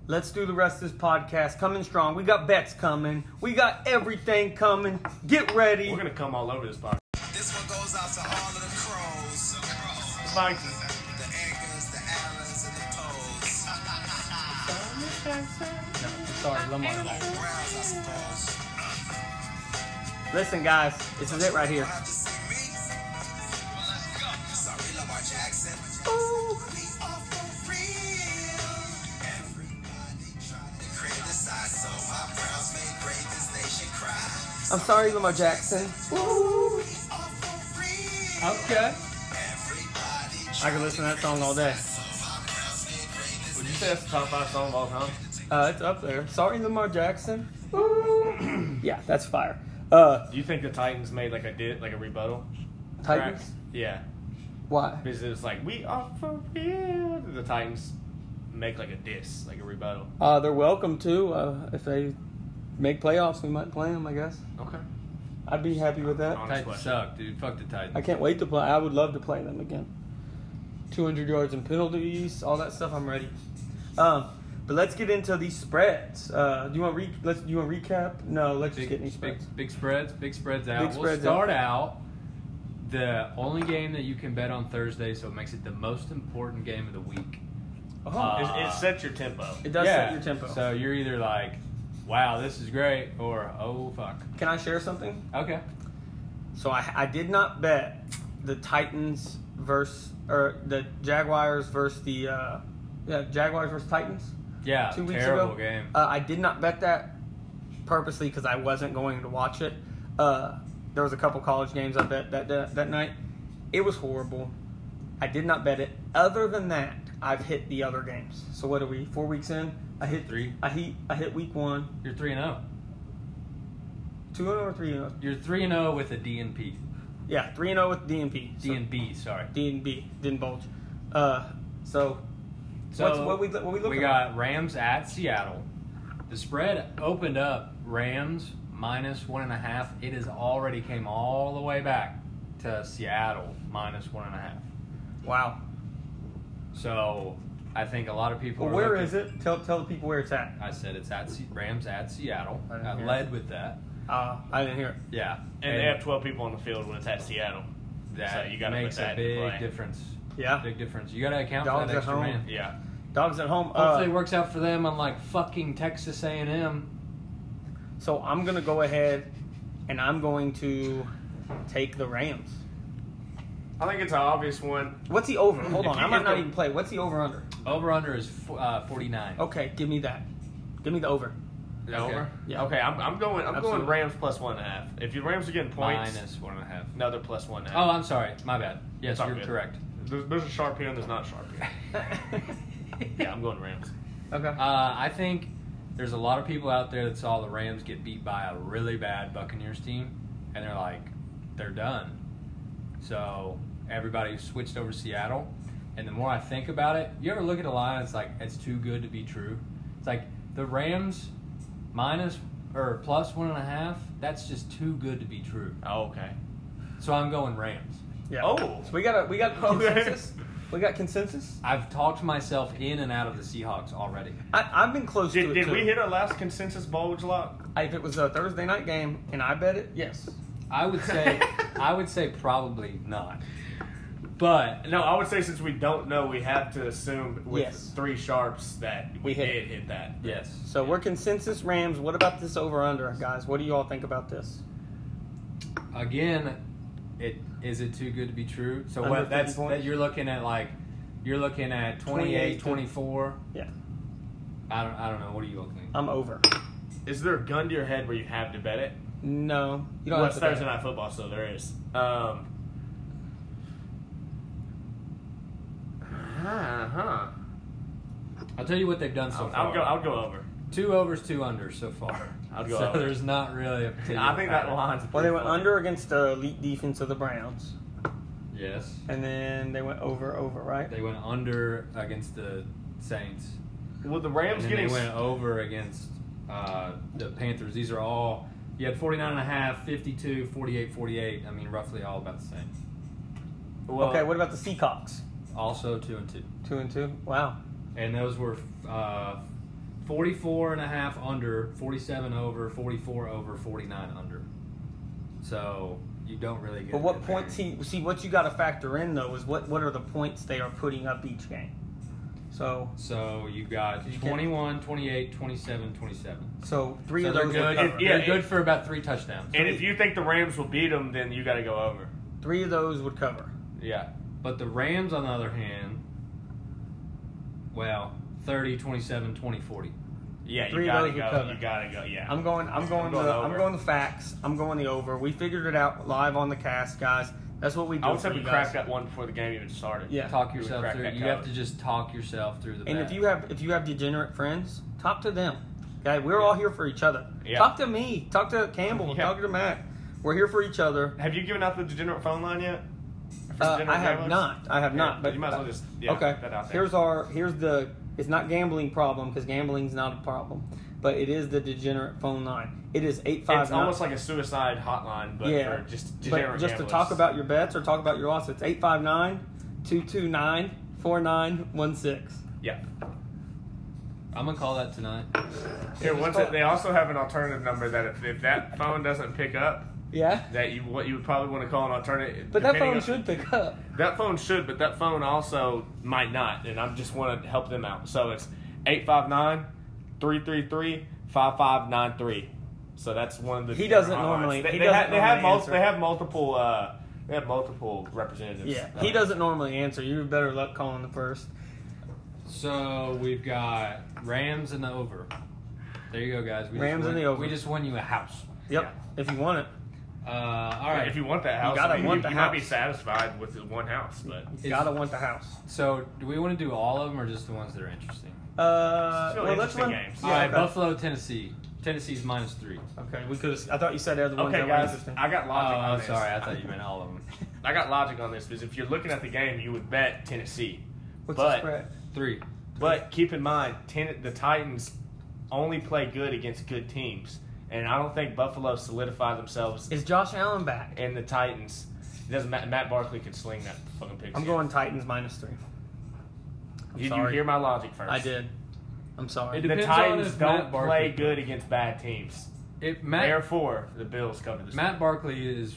B: Let's do the rest of this podcast. Coming strong. We got bets coming. We got everything coming. Get ready.
C: We're gonna come all over this podcast.
D: This one goes out to all of the crows.
C: Mike.
D: The Edgars, the Allens, and the Poes.
B: Sorry, Lamar.
D: Browns, I suppose.
B: Listen, guys, this is it right here.
D: Have to see me. Sorry, Lamar Jackson. We are for real. Everybody trying to criticize, so my Browns may brave this nation cry.
B: I'm sorry, Lamar Jackson. Ooh.
D: We are for real.
B: Okay.
D: Everybody
B: I could listen to that song all day.
C: Would you say that's the top five song of all time?
B: Uh, it's up there. Sorry, Lamar Jackson. Ooh. yeah, that's fire. Uh,
C: Do you think the Titans made like a did like a rebuttal?
B: Titans.
C: Yeah.
B: Why?
C: Because it was like we are for real. The Titans make like a diss, like a rebuttal.
B: Uh, they're welcome to. Uh, if they make playoffs, we might play them. I guess.
C: Okay.
B: I'd be happy with that.
A: Titans
C: Honest question.
A: suck, dude. Fuck the Titans.
B: I can't wait to play. I would love to play them again. 200 yards and penalties, all that stuff. I'm ready. Um, but let's get into these spreads. Uh, do you want re- let's do you want recap? No, let's just
A: Big,
B: get any
A: big,
B: spreads.
A: big spreads, big spreads out.
B: Big
A: we'll
B: spreads
A: start out. the only game that you can bet on Thursday, so it makes it the most important game of the week.
B: Oh,
A: Uh,
C: It, it sets your tempo.
B: it does set your tempo.
A: So you're either like, "Wow, this is great," or "Oh fuck."
B: Can I share something?
A: Okay.
B: So I, I did not bet the Titans versus or the Jaguars versus the uh, yeah Jaguars versus Titans
A: Yeah.
B: two weeks
A: terrible
B: ago.
A: game.
B: Uh, I did not bet that purposely because I wasn't going to watch it. Uh, there was a couple college games I bet that, that that night. It was horrible. I did not bet it. Other than that, I've hit the other games. So what are we? Four weeks in. I hit
A: Three.
B: I hit I hit week one.
A: You're three and zero.
B: Two and or three and oh?
A: You're three and zero with a DNP.
B: Yeah, three and zero with DNP. So-
A: DNB, sorry.
B: D and B didn't bulge. Uh, so,
A: So
B: what's, what we what we looking
A: we
B: at?
A: got Rams at Seattle. The spread opened up Rams minus one and a half. It has already came all the way back to Seattle minus one and a half.
B: Wow.
A: So I think a lot of people.
B: Well,
A: are
B: where
A: looking-
B: is it? Tell tell the people where it's at.
A: I said it's at Se- Rams at Seattle.
B: I didn't
A: I
B: hear
A: led with that.
B: Uh, I didn't hear it.
A: Yeah,
C: And they have 12 people on the field when it's at Seattle.
A: that
C: so you gotta
A: makes
C: put that
A: a big
C: in play.
A: difference.
B: Yeah.
A: big difference. You gotta account for
B: Dogs at
A: that extra
B: home.
A: man.
C: Yeah.
B: Dogs at home. Uh,
A: Hopefully, it works out for them. Unlike fucking Texas A and M.
B: so I'm gonna go ahead, and I'm going to take the Rams.
C: I think it's an obvious one.
B: What's the over? Hold
C: If
B: on,
C: you
B: I might
C: get
B: not
C: the-
B: even play. What's the over under?
A: Over under is f- uh, forty nine.
B: Okay, give me that. Give me the over.
C: Is that
A: Okay.
C: over?
B: Yeah.
C: Okay, I'm, I'm going. I'm
B: Absolutely.
C: going Rams plus one and a half. If your Rams are getting points,
A: Minus one and a half.
C: another plus one and a
A: Oh,
C: half.
A: I'm sorry. My bad. Yes,
C: It's all
A: you're
C: good.
A: correct.
C: There's, there's a sharp here and there's not a sharp here. yeah, I'm going Rams.
B: Okay.
A: Uh, I think there's a lot of people out there that saw the Rams get beat by a really bad Buccaneers team, and they're like, they're done. So everybody switched over to Seattle. And the more I think about it, you ever look at a line? It's like it's too good to be true. It's like the Rams minus or plus one and a half. That's just too good to be true.
C: Oh, okay.
A: So I'm going Rams.
B: yeah.
C: Oh.
B: So we got a we got
C: Okay.
B: consensus. we got consensus.
A: I've talked myself in and out of the Seahawks already.
B: I, I've been close to
C: Did,
B: it
C: did
B: too.
C: we hit our last consensus bulge lock?
B: If it was a Thursday night game and I bet it, yes.
A: I would say I would say probably not. But
C: No, I would say since we don't know, we have to assume with
B: Yes.
C: three sharps that we,
B: We hit
C: did hit that.
A: yes.
B: So we're consensus Rams. What about this over under, guys? What do you all think about this?
A: Again, it is it too good to be true? So
B: Under
A: what that's
B: 50 points?
A: that you're looking at like you're looking at 28,
B: 28,
A: 24.
B: Yeah,
A: I don't I don't know what are you looking at?
B: I'm over.
C: Is there a gun to your head where you have to bet it?
B: No, you don't
C: Well,
B: have
C: it's
B: to.
C: Thursday
B: bet.
C: night football, so there is. Um, huh.
A: I'll tell you what they've done so
C: Uh-huh. I'll,
A: far.
C: I'll go. I'll go over.
A: two overs, two unders so far.
C: I'll go
A: so
C: over.
A: there's not really a particular
C: I think that
A: pattern.
C: line's.
B: Well, they went
C: pretty
B: under against the elite defense of the Browns,
A: Yes.
B: and then they went over, over, right?
A: They went under against the Saints.
C: funny. Well, the Rams
A: and then
C: getting.
A: they went over against uh, the Panthers. These are all you had 49 and a half, 52, 48, 48. I mean, roughly all about the same.
C: well,
B: okay, what about the Seahawks?
A: Also two and two,
B: Two and two. Wow.
A: and those were uh, 44 and a half under, 47 over, 44 over, 49 under. So you don't really get.
B: But
A: a
B: what
A: good
B: points
A: variance.
B: he see? What you got to factor in though is what what are the points they are putting up each game? So
A: So you got
B: You can't-
A: 21, 28, 27, 27.
B: so three
A: So
B: of
A: they're
B: those
A: good.
B: were covered.
C: Yeah,
A: they're
C: it-
A: good for about three touchdowns.
C: And if you think the Rams will beat them, then you got to go over.
B: Three of those would cover.
A: Yeah. But the Rams, on the other hand, well, 30, 27, 20, 40.
C: Yeah, you
B: Three
C: got to
B: of those
C: go.
B: will cover.
C: You got to go. Yeah.
B: I'm going. I'm going.
C: I'm going
B: the,
C: over.
B: I'm going the facts. I'm going the over. We figured it out live on the cast, guys. That's what we do.
C: I would
B: for
C: say we
B: you
C: cracked
B: guys.
C: that one before the game even started.
B: Yeah.
A: Talk
C: We would
A: yourself
C: crack
A: through.
C: that
A: You have
C: code.
A: to just talk yourself through the
B: And if
A: bad.
B: you have if you have degenerate friends, talk to them. Okay, we're all here for each other.
C: Yeah.
B: Talk to me. Talk to Campbell.
C: Yeah.
B: Talk to Matt. We're here for each other.
C: Have you given out the degenerate phone line yet?
B: Uh,
C: general
B: I have
C: gamblers?
B: not. I have
C: Yeah,
B: not. But
C: you might as well just yeah,
B: okay.
C: put that out there.
B: Here's our here's the it's not gambling problem because gambling's not a problem, but it is the degenerate phone line. It is eight five.
C: it's almost like a suicide hotline, but
B: yeah,
C: for just
B: but
C: degenerate
B: just to
C: gamblers.
B: talk about your bets or talk about your loss. It's 859-229-4916.
C: yeah.
A: I'm gonna call that tonight.
C: Here, once it, they also have an alternative number that if, if that phone doesn't pick up,
B: Yeah,
C: that you what you would probably want to call an alternative.
B: but that
C: depending
B: phone
C: on-
B: should pick up.
C: That phone should, but that phone also might not, and I just want to help them out. So it's 859-333-5593. So that's one of the.
B: He doesn't
C: hotlines.
B: normally-
C: They,
B: he
C: they
B: doesn't
C: have, they have
B: normally
C: mul-
B: answer.
C: They have multiple. Uh, they have multiple representatives. Uh,
B: Yeah, he doesn't normally answer. You better luck calling the first.
A: So we've got Rams and the over. There you go, guys. We just
B: Rams and
A: won-
B: the over.
A: We just won you a house.
B: Yep,
C: Yeah.
B: if you want it.
A: Uh, all
C: All
A: right.
C: right, if you want that house,
B: gotta
C: I mean,
B: want
C: you,
B: the
C: you might be
B: house.
C: satisfied with the one house, but
B: You
A: Is-
B: gotta want the house.
A: so, do we want to do all of them or just the ones that are interesting?
B: Uh,
C: Still
B: well, let's
C: interesting
B: run.
C: games.
A: all right,
B: okay.
A: Buffalo, Tennessee. Tennessee's minus three.
B: Okay, we could. I thought you said the other ones
C: okay,
B: that were
C: guys,
B: interesting.
C: I got
A: Oh,
C: logic on
A: I'm
C: this.
A: sorry. I thought you meant all of them.
C: I got logic on this because if you're looking at the game, you would bet Tennessee.
B: What's
C: but
B: the spread?
A: Three.
C: But keep in mind, ten, the Titans only play good against good teams, and I don't think Buffalo solidified themselves.
B: Is Josh Allen back?
C: And the Titans, it doesn't Matt, Matt Barkley can sling that fucking pick.
B: I'm
C: six.
B: going Titans minus three. I'm
C: Did you
B: sorry.
C: hear my logic first?
B: I did. I'm sorry.
A: It
C: The
A: Depends on
C: Titans
A: if Matt
C: don't
A: Barkley
C: play
A: plays.
C: good against bad teams.
A: It, Matt
C: Therefore, the Bills cover this.
A: Matt Barkley is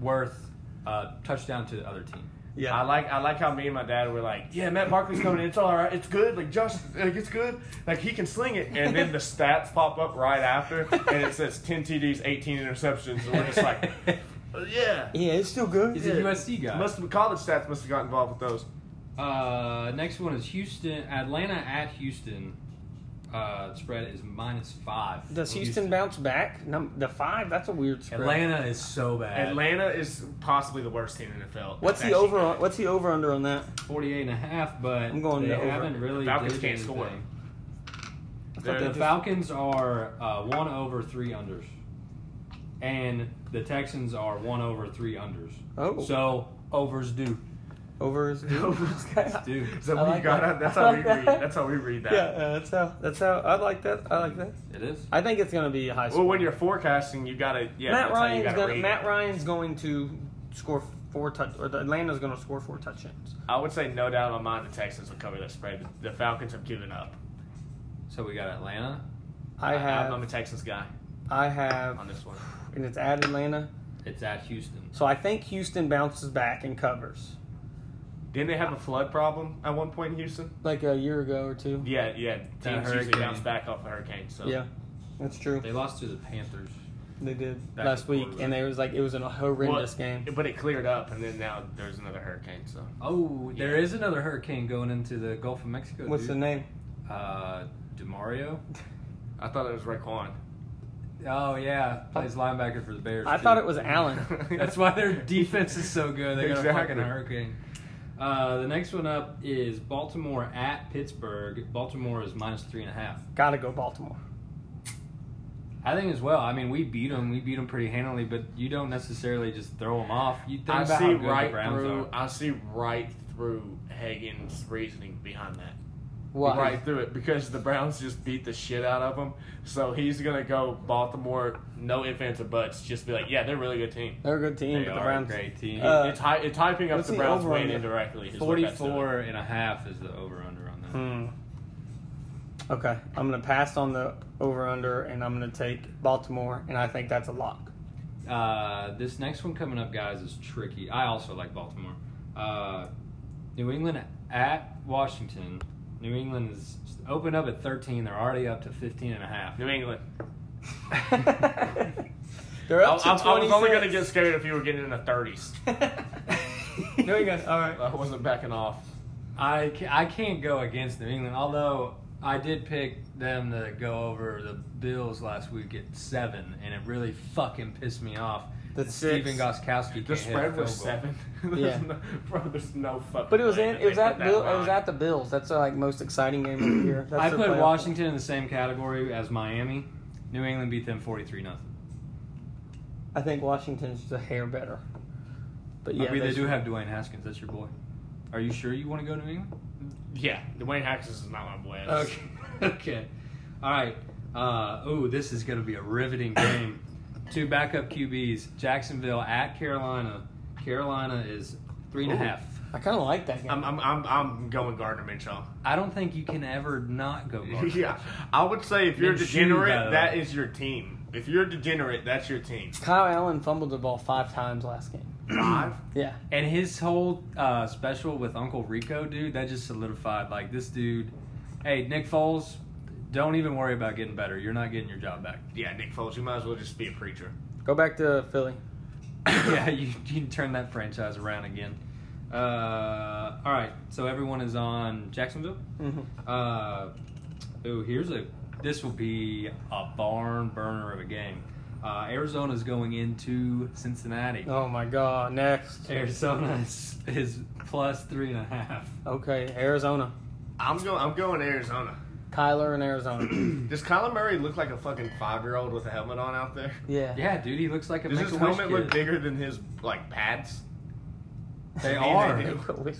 A: worth a touchdown to the other team.
B: yeah.
C: I like I like how me and my dad were like, yeah, Matt Barkley's coming in. It's all right. It's good. Like Josh, like it's good. Like he can sling it. And then the stats pop up right after, and it says 10 TDs, 18 interceptions, and we're just like, Uh, yeah.
B: yeah, it's still good.
A: He's a USC guy.
C: Must have, college stats must have got involved with those.
A: Uh, next one is Houston, Atlanta at Houston. Uh, the spread is minus five.
B: Does Houston bounce back? Num- the five. That's a weird spread.
A: Atlanta is so bad.
C: Atlanta is possibly the worst team in the NFL.
B: What's
C: It's
B: the
C: actually-
B: over? What's the over under on that?
A: 48 and a half, but
B: I'm going
A: they
B: to over.
A: haven't really.
C: Falcons
A: did
C: can't score.
A: anything.
B: I thought
C: They're-
B: they
A: The
B: just-
A: Falcons are uh, one over three unders, and the Texans are one over three unders.
B: Oh.
A: so overs do.
B: over is
C: Over's
B: good.
A: do.
C: Is that
B: I
C: what
B: like
C: you got?
B: that.
C: That's
B: I
C: how
B: like
C: we read.
B: that.
C: That's how we read that.
B: Yeah, uh, that's how. That's how. I like that. I like that.
A: It is.
B: I think it's gonna be a high score.
C: Well, when you're forecasting, you gotta. Yeah,
B: Matt
C: that's how you
B: Ryan's
C: gotta
B: gonna,
C: read
B: Matt
C: it.
B: Ryan's going to score four touch or the Atlanta's going to score four touchdowns.
C: I would say no doubt in my mind the Texans will cover that spread. The Falcons have given up.
A: So we got Atlanta.
B: I
C: I'm, I'm a
B: have
C: Texans guy
B: I have
C: on this one.
B: and it's at Atlanta.
A: It's at Houston.
B: So I think Houston bounces back and covers
C: Didn't they have a flood problem at one point in Houston?
B: like a year ago or two.
C: Yeah, yeah.
A: That
C: Teams usually
A: hurricane.
C: bounce back off a hurricane. So
B: Yeah. That's true.
A: They lost to the Panthers.
B: They did
C: Back
B: last
C: and forth,
B: week, and
C: right.
B: they was like it was an
C: Well,
B: horrendous game.
C: But it cleared up, and then now there's another hurricane. So
A: Oh, there
C: Yeah.
A: is another hurricane going into the Gulf of Mexico.
B: What's the
A: dude.
B: name?
A: Uh, Demario.
C: I thought it was Raekwon.
A: Oh yeah, plays linebacker for the Bears.
B: I
A: too.
B: thought it was Allen.
A: That's why their defense is so good. They got a
C: Exactly.
A: fucking hurricane. Uh, the next one up is Baltimore at Pittsburgh. Baltimore is minus three and a half.
B: Gotta go Baltimore.
A: I think as well. I mean, we beat them. We beat them pretty handily, but you don't necessarily just throw them off. You think
C: I
A: about
C: see
A: how good
C: right
A: the Browns
C: through.
A: are.
C: I see right through Hagen's reasoning behind that.
B: Why?
C: Right through it because the Browns just beat the shit out of them. So he's gonna go Baltimore, no ifs ands or buts. Just be like, yeah, they're a really good team.
B: They're a good team,
A: They
B: but the
A: are a
B: Browns.
A: great team.
B: Uh,
C: it's, hy- it's hyping up
B: let's
C: the
B: see,
C: Browns
B: over
C: way
B: under.
C: indirectly. is what that's doing.
A: 44 and a half is the over under on that.
B: Hmm. Okay, I'm gonna pass on the over under, and I'm gonna take Baltimore, and I think that's a lock.
C: Hmm.
A: Uh, this next one coming up, guys, is tricky. I also like Baltimore. Uh, New England at Washington. New England is opened up at 13. They're already up to 15 and a half.
C: New England.
B: They're
C: I,
B: up to
C: I- I was only gonna
B: 26.
C: get scared if you were getting in the 30s.
B: there you go. All right.
C: I wasn't backing off.
A: I, ca- I can't go against New England, although I did pick them to go over the Bills last week at 7, and it really fucking pissed me off.
B: The
A: that
B: six.
A: Steven Goskowski
C: The
A: can't hit a
C: spread was
A: field goal.
C: seven. There's
B: Yeah.
C: no- bro, there's no fucking.
B: But it was
C: way
B: in.
C: that
B: It was
C: they put
B: at.
C: that
B: Bill, it was
C: line.
B: at the Bills. That's the, like most exciting game of the year. That's
A: I
B: their
A: put
B: playoff.
A: Washington in the same category as Miami. New England beat them 43 nothing.
B: I think Washington's just a hair better. But yeah,
A: I mean, they
B: that's-
A: do have Dwayne Haskins. That's your boy. Are you sure you want to go to New England?
C: Yeah, Dwayne Haskins is not my boy. That's-
A: Okay. okay. All right. Uh, ooh, this is going to be a riveting game. Two backup QBs: Jacksonville at Carolina. Carolina is three and a
C: Ooh.
A: half.
B: I kind of like that game.
C: I'm, I'm, I'm, I'm going Gardner Minshew.
A: I don't think you can ever not go. Gardner.
C: yeah, I would say if
A: Minshew,
C: you're
A: by the
C: degenerate, that
A: way.
C: is your team. If you're degenerate, that's your team.
B: Kyle Allen fumbled the ball five times last game.
C: Five.
B: Yeah.
A: And his whole uh, special with Uncle Rico, dude, that just solidified like this dude. Hey, Nick Foles, don't even worry about getting better. You're not getting your job back.
C: Yeah, Nick Foles, you might as well just be a preacher.
B: Go back to Philly.
A: yeah, you, you can turn that franchise around again. Uh, all right, so everyone is on Jacksonville. Uh, ooh, here's a. This will be a barn burner of a game. Uh, Arizona's going into Cincinnati.
B: Oh my God. Next.
A: Arizona is, is plus three and a half.
B: Okay, Arizona.
C: I'm going. I'm going Arizona.
B: Kyler in Arizona.
C: Does Kyler Murray look like a fucking five year old with a helmet on out there?
B: yeah.
A: Yeah, dude, he looks like a
C: Does his
A: Make-A-Wish
C: helmet look
A: kid.
C: bigger than his like pads?
A: They
C: Yeah,
A: are.
C: they do.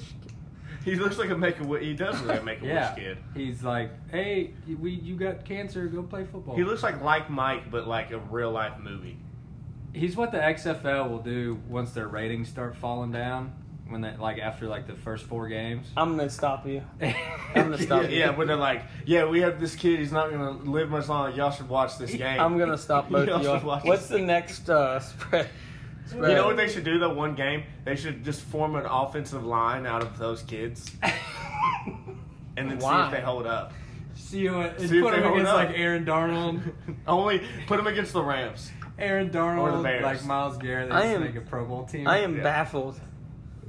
C: He looks like a make a he does look like a make a wish
A: Yeah,
C: kid.
A: he's like, hey, we you got cancer, go play football.
C: He looks like like Mike, but like a real life movie.
A: he's what the XFL will do once their ratings start falling down when they like after like the first four games.
B: I'm gonna stop you.
A: I'm
B: gonna
C: Yeah,
B: stop you.
C: yeah, when they're like, yeah, we have this kid. He's not gonna live much longer. Y'all should watch this game.
B: I'm gonna stop both
C: Y'all
B: of
C: should
B: you.
C: watch
B: What's
C: this
B: the next uh, spread?
C: game.
B: spread?
C: You know what they should do? That one game, they should just form an offensive line out of those kids, and then see
B: Why?
C: if they hold up.
A: See you and
C: See if
A: put
C: they
A: him
C: hold
A: against
C: up.
A: like Aaron Darnold,
C: Only put them against the Rams.
A: Aaron
C: Or the
A: Darnold,
C: Bears.
A: like Miles Garrett. They
B: I
A: just
B: am-
A: make a Pro Bowl team.
B: I am
C: Yeah.
B: baffled.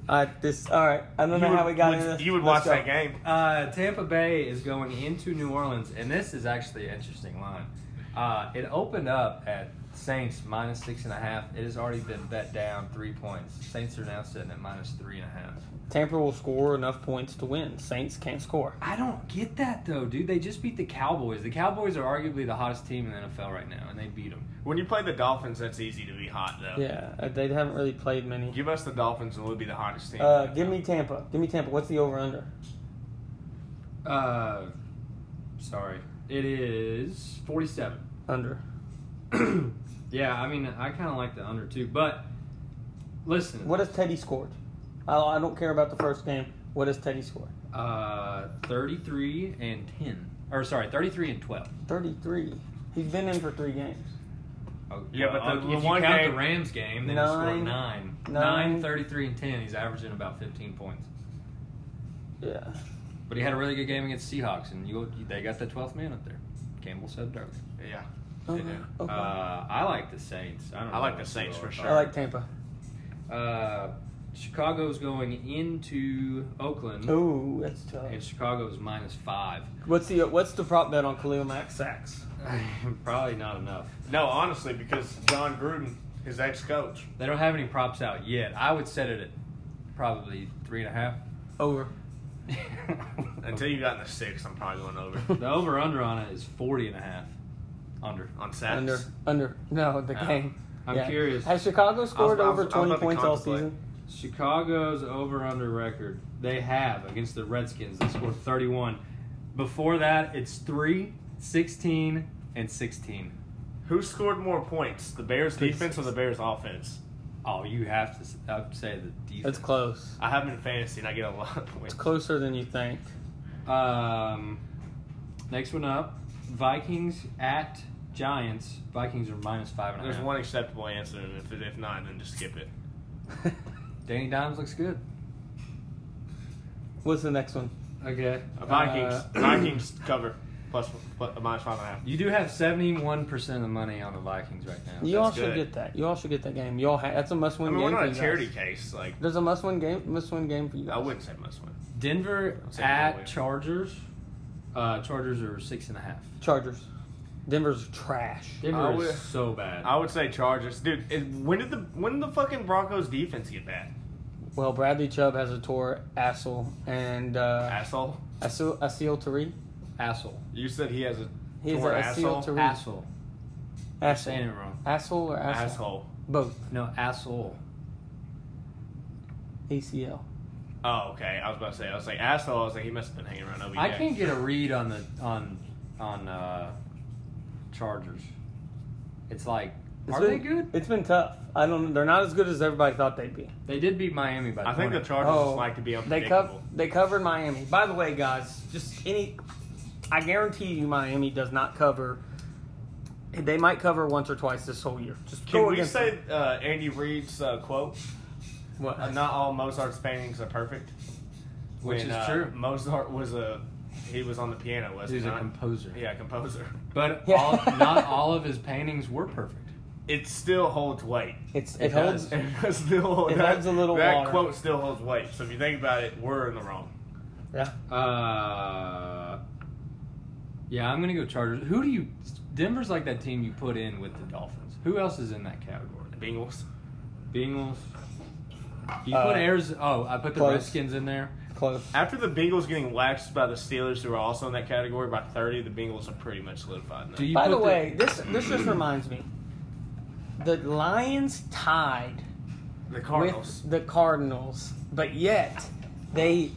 B: At this. All right. I don't know
C: You would-
B: how we got
C: would-
B: into this.
C: You would watch
B: Let's
C: that
B: go.
C: game.
A: Uh, Tampa Bay is going into New Orleans, and this is actually an interesting line. Uh, it opened up at Saints minus six and a half. It has already been bet down three points. Saints are now sitting at minus three and a half.
B: Tampa will score enough points to win. Saints can't score.
A: I don't get that though, dude. They just beat the Cowboys. The Cowboys are arguably the hottest team in the NFL right now, and they beat them.
C: When you play the Dolphins, that's easy to be hot though.
B: Yeah, uh, they haven't really played many.
C: Give us the Dolphins, and we'll be the hottest team.
B: Uh, give me Tampa. Give me Tampa. What's the over under?
A: Uh, sorry, it is forty-seven.
B: Under.
A: yeah, I mean, I kind of like the under too, but listen,
B: What has Teddy scored? I, I don't care about the first game. What has Teddy scored?
A: Uh, 33 and 10. Or, sorry, 33 and 12.
B: 33. He's been in for three games.
A: Oh,
C: Yeah, but
A: uh,
C: the-
A: if
C: the
A: you
C: one
A: count
C: game-
A: the Rams game, then he scored
B: Nine.
A: nine.
B: Nine.
A: Nine, 33 and 10. He's averaging about 15 points.
B: Yeah.
A: But he had a really good game against Seahawks, and you, they got the 12th man up there. Campbell said Darling.
C: Yeah.
B: Okay.
C: do.
B: okay.
A: Uh, I like the Saints. I, don't
C: I
A: know
C: like the
A: what
C: Saints
A: people
C: for
A: are
B: Oh, I like Tampa.
A: talking- Uh, Chicago's going into
C: mm-hmm.
A: Oakland,
B: Ooh, that's tough.
A: and Chicago's minus five.
B: What's the what's the prop bet on Khalil Mack sacks?
A: Probably not enough.
C: No, honestly, because John Gruden, his ex-coach.
A: They don't have any props out yet. I would set it at probably three and a half.
B: Over.
C: Until you got in the six, I'm probably going over
A: the over under on it is 40 and a half. Under.
C: on sacks.
B: Under. Under. No, the
C: No.
B: game.
A: I'm curious.
B: Has Chicago scored
C: I was- I
B: over
C: was
B: 20
C: about to
B: points all
C: contemplate.
B: season?
A: Chicago's over under record they have against the Redskins. They scored 31. Before that, it's 3, 16, and 16.
C: Who scored more points, the Bears defense or the Bears offense?
A: Oh, you have to s- I would say the defense.
B: It's close.
C: I have them in fantasy and I get a lot of points.
B: It's closer than you think.
A: Um, next one up Vikings at Giants. Vikings are minus five and a half.
C: There's one acceptable answer, and if, if not, then just skip it.
A: Danny Dimes looks good.
B: What's the next one?
A: Okay.
C: Vikings,
A: Uh,
C: Vikings cover plus, plus minus five and a half.
A: you do have seventy-one percent of the money on the Vikings right now.
B: You all
C: That's
B: should
C: good.
B: get that. You all should get that game. You all ha- that's a
C: I
B: must-win
C: mean,
B: game.
C: we're
B: for
C: not
B: you
C: a
B: guys.
C: charity case. Like,
B: There's a must-win game. Must-win game for you.
C: I
B: Guys.
C: wouldn't say must win.
A: Denver
C: Say that way.
A: at Chargers. Uh, Chargers are six and a half.
B: Chargers. Denver's trash.
A: Denver
C: I would-
A: is so bad.
C: I would say Chargers, dude. It, when did the when did the fucking Broncos defense get bad?
B: Well, Bradley Chubb has a tore asshole, and uh,
C: Asshole.
B: Asil Asil Tariq.
A: asshole.
C: You said he has a
B: He's
C: tore
B: a
C: asshole.
B: Asil Tariq.
A: Asshole. Saying
B: Asshole.
A: it wrong.
B: Asshole or asshole?
C: asshole.
B: Both.
A: No, asshole.
B: ACL.
C: Oh, okay. I was about to say. I was like, asshole. I was like, he must have been hanging around OBJ.
A: I can't get a read on the on on uh, Chargers. It's like,
B: It's
A: are
B: been,
A: they good?
B: It's been tough. I don't. They're not as good as everybody thought they'd be.
A: They did beat Miami by.
C: I think the
A: 20.
C: Chargers just like to be
B: Oh. They
C: unpredictable.
B: cov- They covered Miami. By the way, guys, just any. I guarantee you, Miami does not cover. They might cover once or twice this whole year. Just
C: Can
B: go
C: we
B: against
C: say
B: them.
C: uh, Andy Reid's uh, quote?
B: what?
C: Uh, not all Mozart's paintings are perfect.
A: Which
C: When,
A: is
C: uh,
A: true.
C: Mozart was a he was on the piano, was
A: He's
C: he
A: a
C: not?
A: composer.
C: Yeah, composer.
A: But
B: Yeah.
A: all, not all of his paintings were perfect.
C: It still holds weight.
B: It's it,
A: It
B: holds.
A: does.
C: It still
B: It
C: that,
B: holds a little
C: That
B: water.
C: quote still holds weight. So if you think about it, we're in the wrong.
B: Yeah.
A: Uh, yeah, I'm gonna go Chargers. Who do you? Denver's like that team you put in with the Dolphins. Who else is in that category?
C: The Bengals.
A: Bengals. You
B: Uh,
A: put Arizona. Oh, I put the
B: close.
A: Redskins in there.
B: Close.
C: After the Bengals getting waxed by the Steelers, who are also in that category by 30, the Bengals are pretty much solidified. in that.
A: Do you-
B: By the
A: put the-
B: way, this this just reminds me. The Lions tied
C: the Cardinals.
B: with the Cardinals, but yet they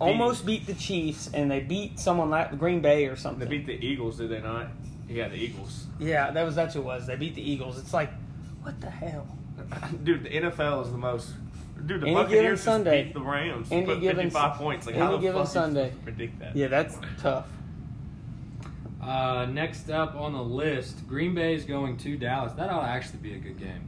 B: almost beat the Chiefs and they beat someone like Green Bay or something.
C: They beat the Eagles, did they not? Yeah, the Eagles.
B: Yeah, that was that's who it was. They beat the Eagles. It's like, what the hell?
C: Dude, the NFL is the most. Dude, the
B: Any given
C: Buccaneers just
B: Sunday.
C: beat the Rams.
B: Any
C: put
B: given
C: 55
B: Sun-
C: points. Like,
B: any
C: how the
B: given
C: fuck did you
B: Sunday.
C: Predict that.
B: Yeah, that's tough.
A: Uh, next up on the list, Green Bay is going to Dallas. That ought to actually be a good game.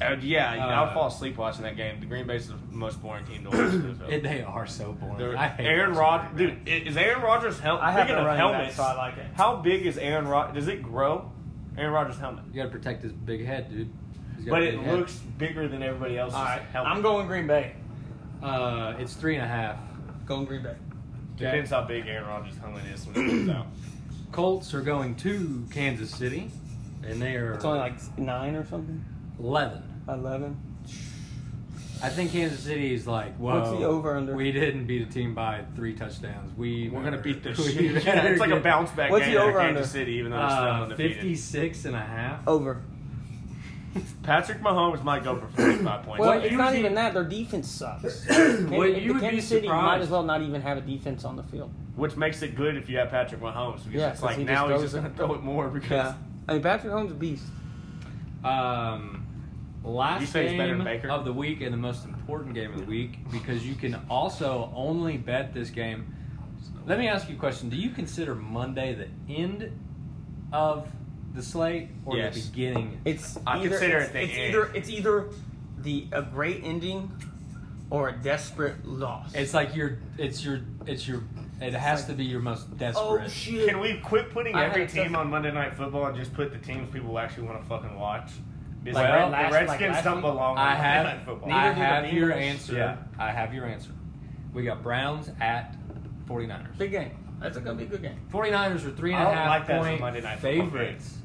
C: Uh, yeah,
A: Uh,
C: I'll fall asleep watching that game. The Green Bay's the most boring team to watch. in the NFL.
A: It, they are so boring.
C: They're-
A: I hate
C: Aaron
A: watching
C: Rodgers,
A: Green Bay.
C: dude, i- is Aaron Rodgers' helmet?
B: I have
C: Speaking
B: a
C: of
B: running back,
C: helmets,
B: so I like it.
C: How big is Aaron Rodgers? Does it grow? Aaron Rodgers' helmet,
A: You gotta protect his big head, dude. He's got
C: but
A: a
C: it
A: big head.
C: looks bigger than everybody else's
B: All right,
C: helmet.
B: I'm going Green Bay.
A: Uh, it's three and a half.
B: Going Green Bay.
C: Depends how big Aaron Rodgers' helmet is when it comes out.
A: Colts are going to Kansas City, and they are
B: It's only like nine or something.
A: eleven.
B: Eleven.
A: I think Kansas City is like, whoa.
B: What's the over-under?
A: We didn't beat a team by three touchdowns. We
C: We're gonna beat this
A: we
C: shit.
A: better
C: it's like a
A: get-
C: bounce back
B: What's
C: game
B: the
C: for
B: over under?
C: Kansas City, even though it's still
A: Uh,
C: undefeated.
A: 56 and a half.
B: Over.
C: Patrick Mahomes might go for 45 points.
B: Well,
A: What
B: it's
A: you
B: not
A: would be-
B: even that. Their defense sucks.
A: What
B: Kansas-
A: you would be
B: Kansas City might
A: surprised-
B: as well not even have a defense on the field.
C: which makes it good if you have Patrick Mahomes because
B: Yeah,
C: it's
B: 'cause
C: like
B: he just
C: now he's
B: throws
C: just
B: it.
C: going to throw it more because
B: I mean Patrick Holmes a beast.
A: Um,
C: You
A: last
C: say he's better than
A: game
C: Baker?
A: of the week and the most important game of the week because you can also only bet this game. Let me ask you a question: Do you consider Monday the end of the slate or the
C: Yes.
A: beginning?
B: It's
C: I
B: either,
C: consider
B: it's,
C: it the
B: it's
C: end.
B: either it's either the a great ending or a desperate loss.
A: It's like your, it's your, it's your. It has to be your most
B: oh
A: desperate.
B: shit.
C: can we quit putting
B: I
C: every
B: had to-
C: team on Monday Night Football and just put the teams people actually want to fucking watch? Because
A: Like
C: well,
B: last-
C: the
B: like
C: Redskins
B: last
C: don't
B: week?
C: belong on
A: I
C: Monday Night
A: have,
C: Football.
A: I
B: do the
A: have your
B: Bengals.
A: answer.
C: Yeah.
A: I have your answer. We got Browns at 49ers.
B: Big game. That's gonna be a good game.
A: 49ers are three and
C: I
A: a
C: don't
A: half
C: like that as a
A: point
C: Monday Night Football game.
A: favorites.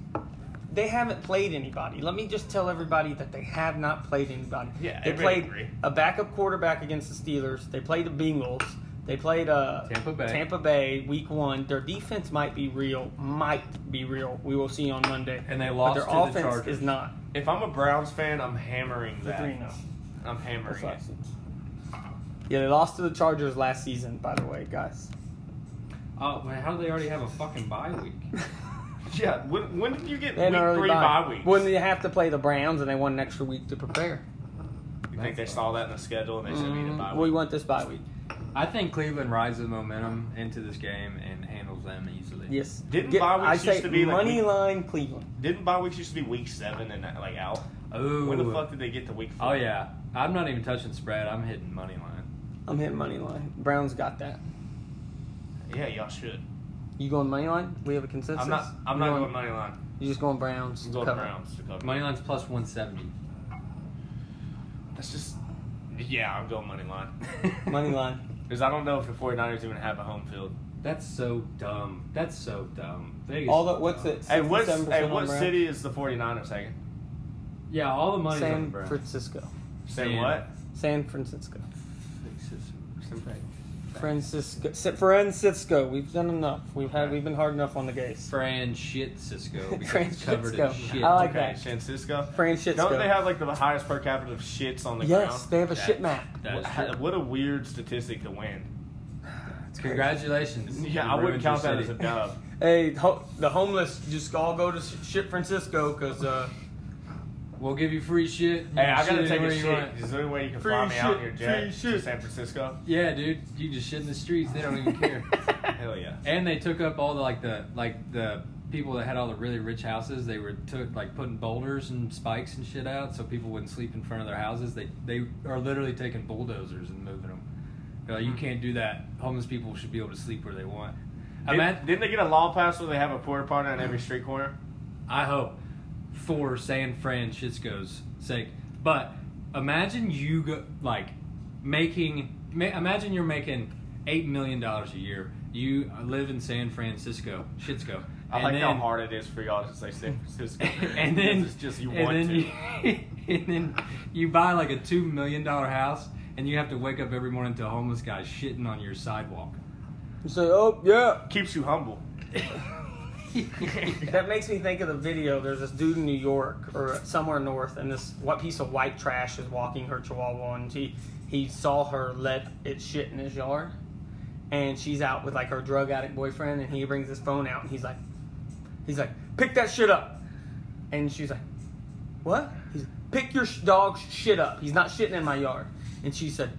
B: They haven't played anybody. Let me just tell everybody that they have not played anybody.
C: Yeah,
B: they
C: everybody
B: played
C: agree.
B: a backup quarterback against the Steelers. They played the Bengals. They played uh,
A: Tampa Bay.
B: Tampa Bay Week One. Their defense might be real. Might be real. We will see on Monday.
A: And they lost
B: But their
A: to the
B: offense
A: Chargers.
B: is not.
C: If I'm a Browns fan, I'm hammering
B: The
C: that.
B: three now.
C: I'm hammering it.
B: Yeah, they lost to the Chargers last season, by the way, guys.
A: Oh, but how do they already have a fucking bye week?
C: Yeah, when, when did you get
B: They had an
C: week
B: early
C: three
B: bye.
C: bye weeks?
B: When they have to play the Browns, and they want an extra week to prepare.
C: you think they saw that in the schedule and they said we need a bye
B: Mm, we
C: week?
B: want this bye week.
A: I think Cleveland rides the momentum into this game and handles them easily.
B: Yes.
C: Didn't bye
B: I
C: weeks
B: say
C: used to be like
B: money
C: week-
B: line Cleveland.
C: Didn't bye weeks used to be week seven and like out?
A: Ooh.
C: When the fuck did they get to week four?
A: Oh yeah. I'm not even touching spread. I'm hitting money line.
B: I'm hitting money line. Browns got that.
C: Yeah, y'all should.
B: You going money line? We have a consensus.
C: I'm not. I'm
B: You
C: not going money line.
B: You just going Browns.
C: I'm going
B: cover.
C: Browns to cover.
A: Money line's plus 170.
C: That's just. Yeah, I'm going money line.
B: Money line.
C: Because I don't know if the 49ers even have a home field.
A: That's so dumb. That's so dumb. Vegas.
B: All
A: is
B: the what's
A: dumb.
B: it?
C: Hey, what,
B: 67%
C: hey,
B: on
C: what
B: Browns?
C: city is the 49ers taking?
A: Yeah, all the money's on the
B: San
A: Browns.
B: Francisco.
C: Say
A: San-
C: what?
B: San Francisco.
A: Fixes.
B: Francisco. Sa- Francisco. We've done enough. We've had. We've been hard enough on the gays.
A: Francisco because it's covered in
B: Francisco.
A: shit.
B: I like
C: Okay,
B: that.
C: San Francisco.
B: Francisco.
C: Don't they have like the highest per capita of shits on the
B: Yes,
C: ground?
B: they have a shit
A: That's-
B: map.
A: that is
C: Wha-
A: true.
C: what, a weird statistic to win.
A: Congratulations.
C: Yeah,
A: You
C: I
A: ruined
C: wouldn't
A: your
C: count
A: city.
C: that as a dub.
B: Hey, ho- the homeless just all go to sh- shit Francisco because uh,
A: We'll give you free shit.
C: hey, I gotta
A: Shit
C: take
A: anywhere
C: a
A: you
C: shit.
A: want.
C: Is there any way you can
B: Free
C: fly me out
B: shit,
C: here, Jet,
B: free
C: to
B: shit.
C: San Francisco?
A: Yeah, dude, you just shit in the streets. They don't even care.
C: Hell yeah.
A: and they took up all the like the like the people that had all the really rich houses. They were took like putting boulders and spikes and shit out so people wouldn't sleep in front of their houses. They they are literally taking bulldozers and moving them. They're like,
C: Hmm.
A: you can't do that. Homeless people should be able to sleep where they want. I
C: Didn't-
A: mean,
C: didn't they get a law passed where they have a porta potty on every street corner?
A: I hope for San Francisco's sake. But imagine you go like making. Ma- imagine you're making eight million dollars a year. You live in San Francisco, Shitsco.
C: I like how hard it is for y'all to say San Francisco.
A: and then
C: it's just you
A: and
C: want
A: then
C: to.
A: You, and then you buy like a two million dollar house, and you have to wake up every morning to a homeless guy shitting on your sidewalk.
B: you say, oh yeah.
C: Keeps you humble.
B: That makes me think of the video. There's this dude in New York or somewhere north, and this what piece of white trash is walking her chihuahua, and he he saw her let it shit in his yard, and she's out with like her drug addict boyfriend, and he brings his phone out, and he's like, he's like, pick that shit up, and she's like, what? He's like, pick your sh- dog's shit up. He's not shitting in my yard, and she said.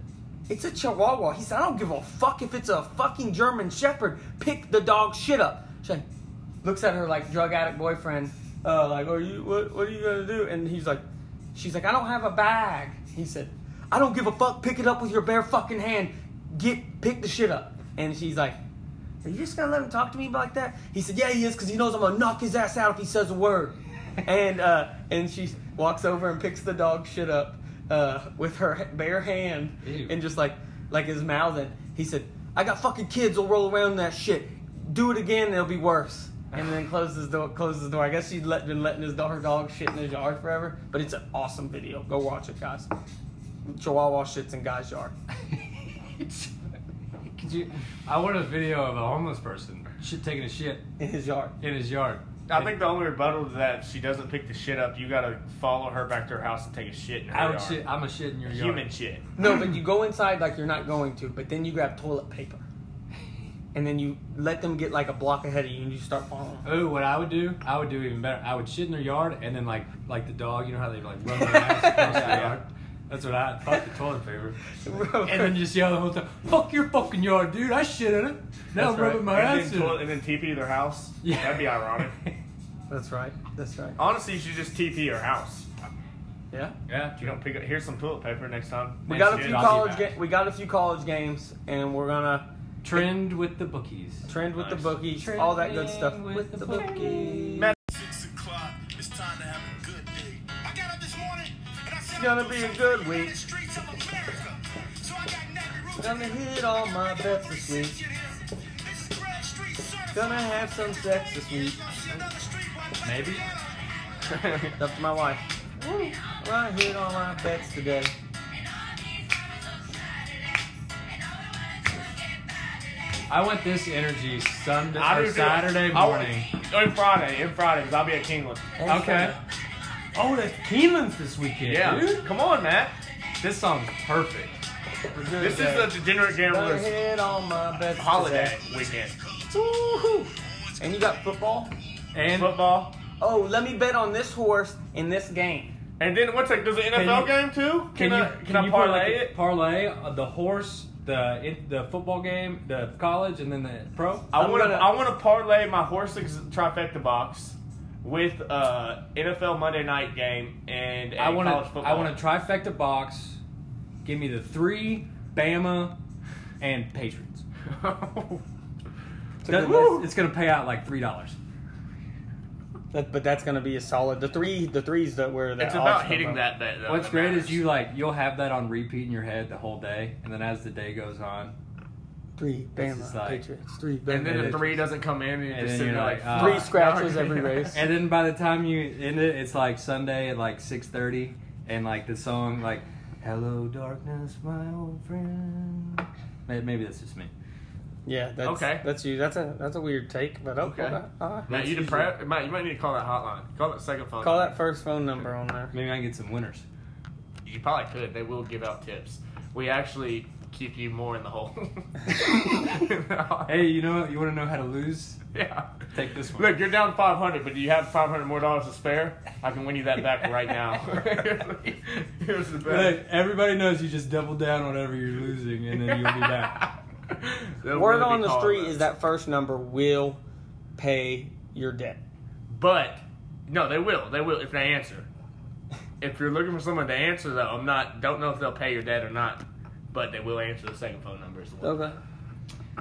B: It's a chihuahua. He said, I don't give a fuck if it's a fucking German shepherd. Pick the dog's shit up. She's like, looks at her like drug addict boyfriend, uh, like, "Are you? What? What are you gonna do?" And he's like, "She's like, I don't have a bag." He said, "I don't give a fuck. Pick it up with your bare fucking hand. Get pick the shit up." And she's like, "Are you just gonna let him talk to me like that?" He said, "Yeah, he is, cause he knows I'm gonna knock his ass out if he says a word." and uh, and she walks over and picks the dog shit up uh, with her bare hand
A: Ew.
B: and just like like his mouth and he said, "I got fucking kids will roll around in that shit do it again, it'll be worse. And then closes the door. Closes the door. I guess she's let, been letting his her dog shit in his yard forever. But it's an awesome video. Go watch it, guys. Chihuahua shits in guy's yard.
A: Could you? I want a video of a homeless person shit taking a shit
B: In his yard.
A: in his yard.
C: I think the only rebuttal to that, if she doesn't pick the shit up, you gotta follow her back to her house and take a shit in her
A: I would
C: yard.
A: shit. I'm a shit in your yard.
C: Human shit.
B: No, but you go inside like you're not going to. But then you grab toilet paper, and then you let them get like a block ahead of you, and you start following. them.
A: Oh, what I would do? I would do even better. I would shit in their yard and then like like the dog, you know how they like run their ass across the yard. That's what I fuck the toilet paper, and then just yell the whole time. Fuck your fucking yard, dude! I shit in it. Now
C: That's
A: I'm
C: right.
A: rubbing my
C: and
A: ass
C: then
A: in
C: toilet,
A: it.
C: and then TP their house.
A: Yeah.
C: That'd be ironic.
B: That's right. That's right.
C: Honestly, you should just TP your house.
B: Yeah.
A: Yeah,
C: You don't pick up. Here's some toilet paper next time.
B: We
A: Thanks,
B: got a
A: dude.
B: few
A: I'll be
B: college.
A: back.
B: Ga- we got a few college games, and we're gonna
A: trend with the bookies.
B: trend with
C: Nice.
B: the bookies, all that good stuff.
A: Trending with the
B: bookies.
D: Six o'clock, it's time to have a good day. I got up this morning and I said,
B: It's gonna
D: I'm
B: be a
D: something
B: good
D: for the
B: week.
D: United Streets of America. So I got nothing roots.
B: Gonna hit all my bets this week.
D: This is Grad Street certified.
B: Gonna have some sex this week.
D: Gonna see another street white black
A: Maybe.
D: banana.
B: It's Up to my wife. Gonna hit all my bets today.
A: I want this energy Sunday
C: I
A: or
C: do too.
A: Saturday
C: I want-
A: morning.
C: On Friday, in Friday, 'cause I'll be at Kingland.
A: Okay. Oh, that's Keeneland's this weekend,
C: Yeah.
A: dude.
C: Come on, Matt.
A: This song's perfect.
C: This is the degenerate
B: Gonna
C: gambler's
B: hit all my bets
C: holiday weekend.
B: today. Woo-hoo. And you got football.
A: And
C: Football.
B: Oh, let me bet on this horse in this game.
C: And then what's like? Does the NFL
A: you-
C: game too?
A: Can,
C: I
A: you
C: can,
A: can,
C: I
A: you
C: parlay
A: parlay like,
C: it?
A: Parlay uh, the horse, the in, the football game, the college, and then the pro.
C: I
B: I'm
C: want to
B: gonna-
C: I want to parlay my horse ex- trifecta box with uh NFL Monday night game and
A: I
C: want
A: want
C: college football.
A: I want a trifecta box. Give me the three Bama and Patriots.
B: It's a
A: That-
B: good list.
A: it's gonna pay out like three dollars.
B: That- but that's gonna be a solid. The three, the threes that were.
C: it's about hitting that bet. Though,
A: What's
C: that
A: great
C: matters.
A: is you like you'll have that on repeat in your head the whole day, and then as the day goes on,
B: Three
A: This is
B: Bama
A: like-
B: Patriots. Three Bama.
C: and then the
B: Patriots.
C: three doesn't come in, and you're
A: And then
C: just sitting
A: you're
C: there
A: like,
C: like,
A: uh,
B: Three
C: fuck.
B: scratches every race.
A: and then by the time you end it, it's like Sunday at like six thirty, and like the song like "Hello Darkness, My Old Friend."
E: May- Maybe that's just me.
B: Yeah. That's,
C: Okay.
B: That's you. That's a that's a weird take, but oh, okay.
C: Okay.
B: alright.
C: Matt, you
E: That's
C: depressed? Matt, you might need to call that hotline. Call that second phone.
B: Call
C: number.
B: that first phone number on there.
A: Maybe I can get some winners.
C: You probably could. They will give out tips. We actually keep you more in the hole.
A: Hey, you know what? You want to know how to lose?
C: Yeah.
A: Take this one.
C: Look, you're down 500, but do you have 500 more dollars to spare? I can win you that back right now. Here's the bet.
A: Look, everybody knows you just double down on whatever you're losing, and then you'll be back.
C: They'll
B: Word
C: really be
B: on the
C: calling
B: street
C: us.
B: is that first number will pay your debt.
C: But no, they will. They will if they answer. If you're looking for someone to answer, though, I'm not. Don't know if they'll pay your debt or not. But they will answer the second phone number. Is the one.
B: Okay.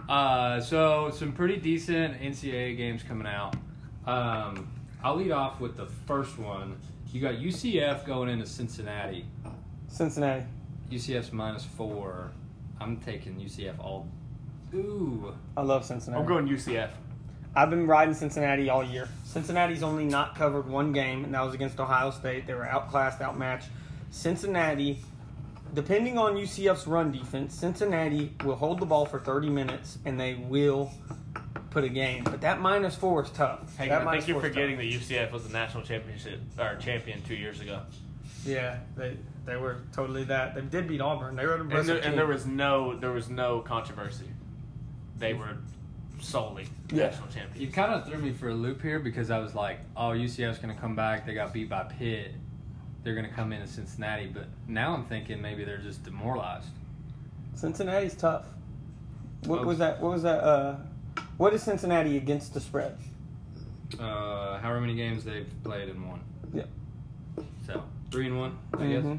A: Uh, so some pretty decent NCAA games coming out. Um, I'll lead off with the first one. You got UCF going into Cincinnati.
B: Cincinnati.
A: UCF's minus four. I'm taking UCF all. Ooh,
B: I love Cincinnati.
C: I'm going UCF.
B: I've been riding Cincinnati all year. Cincinnati's only not covered one game, and that was against Ohio State. They were outclassed, outmatched. Cincinnati, depending on UCF's run defense, Cincinnati will hold the ball for 30 minutes and they will put a game. But that minus four is tough.
C: Hey,
B: that
C: I think
B: minus
C: you're
B: four is
C: forgetting
B: tough.
C: that UCF was the national championship or champion two years ago,
B: Yeah, they they were totally that. They did beat Auburn. They were an
C: and
B: impressive
C: there,
B: team.
C: and there was no there was no controversy. They were solely
B: Yeah.
C: national
A: you
C: champions.
A: kind of threw me for a loop here because I was like, "Oh, UCF's going to come back. They got beat by Pitt. They're going to come into Cincinnati." But now I'm thinking maybe they're just demoralized.
B: Cincinnati's tough.
C: Oh.
B: What was that? What was that? Uh, what is Cincinnati against the spread?
A: Uh, however many games they've played and won.
B: Yeah.
A: So three and one, I guess.
B: Mhm.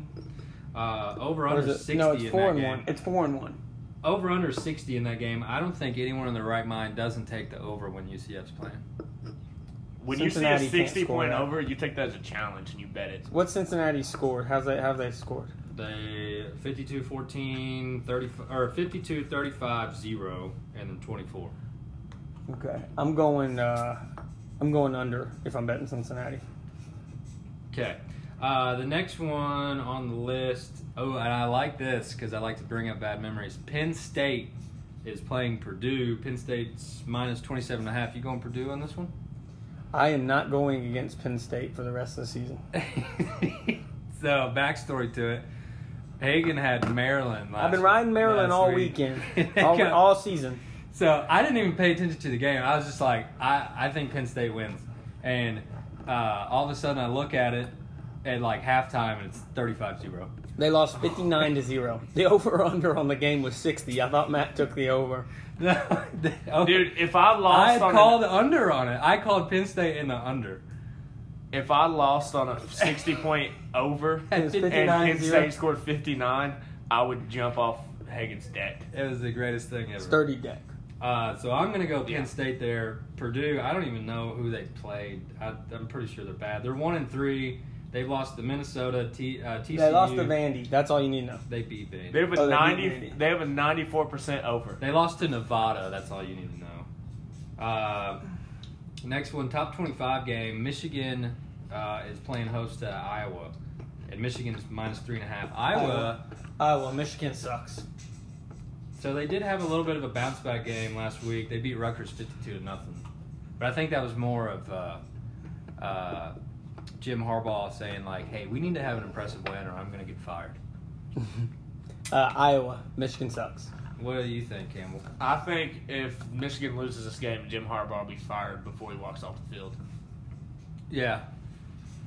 A: Uh, over
B: What is
A: under
B: it?
A: sixty
B: No, it's
A: in
B: four
A: that
B: and
A: game.
B: one. It's four and one.
A: Over under sixty in that game. I don't think anyone in their right mind doesn't take the over when UCF's playing.
C: When
B: Cincinnati can't
C: you see a 60
B: score
C: point
B: that.
C: over, you take that as a challenge and you bet it.
B: What Cincinnati scored? How's they have they scored?
A: They 52 14, 30, or 52 35 0, and then 24.
B: Okay, I'm going. Uh, I'm going under if I'm betting Cincinnati.
A: Okay. Uh, the next one on the list. Oh, and I like this because I like to bring up bad memories. Penn State is playing Purdue. Penn State's minus 27 and a half. You going Purdue on this one?
B: I am not going against Penn State for the rest of the season.
A: so, backstory to it. Hagan had Maryland last
B: I've been riding Maryland
A: last
B: all
A: week.
B: weekend, all, all season.
A: So I didn't even pay attention to the game. I was just like, I, I think Penn State wins. And uh, all of a sudden I look at it at like halftime and it's 35 0.
B: They lost 59 to zero. The over under on the game was 60. I thought Matt took the over.
C: Dude, if I
A: Oh, I
C: lost on
A: called
C: an-
A: under on it. I called Penn State in the under.
C: if I lost on a 60 point over
A: It was
B: It was
C: and
B: 59
C: Penn State scored 59, I would jump off Hagen's deck.
A: It was the greatest thing ever.
B: Sturdy deck.
A: Uh, so I'm going to go Penn
C: Yeah.
A: State there. Purdue, I don't even know who they played. I, I'm pretty sure they're bad. They're 1 and 3. They've lost to Minnesota, T, uh, TCU.
B: They lost to Vandy. That's all you need to know.
A: They beat Vandy.
C: They have a
B: Oh, they beat
C: 90
B: Vandy.
C: they have a 94% over.
A: They lost to Nevada. That's all you need to know. Uh, next one, top 25 game. Michigan uh, is playing host to Iowa. And Michigan is minus three and a half. Iowa,
B: Iowa, Michigan sucks.
A: so they did have a little bit of a bounce back game last week. They beat Rutgers 52 to nothing. But I think that was more of uh, uh, Jim Harbaugh saying, like, hey, we need to have an impressive win or I'm going to get fired.
B: Uh, Iowa, Michigan sucks.
A: What do you think, Campbell?
C: I think if Michigan loses this game, Jim Harbaugh will be fired before he walks off the field.
A: Yeah.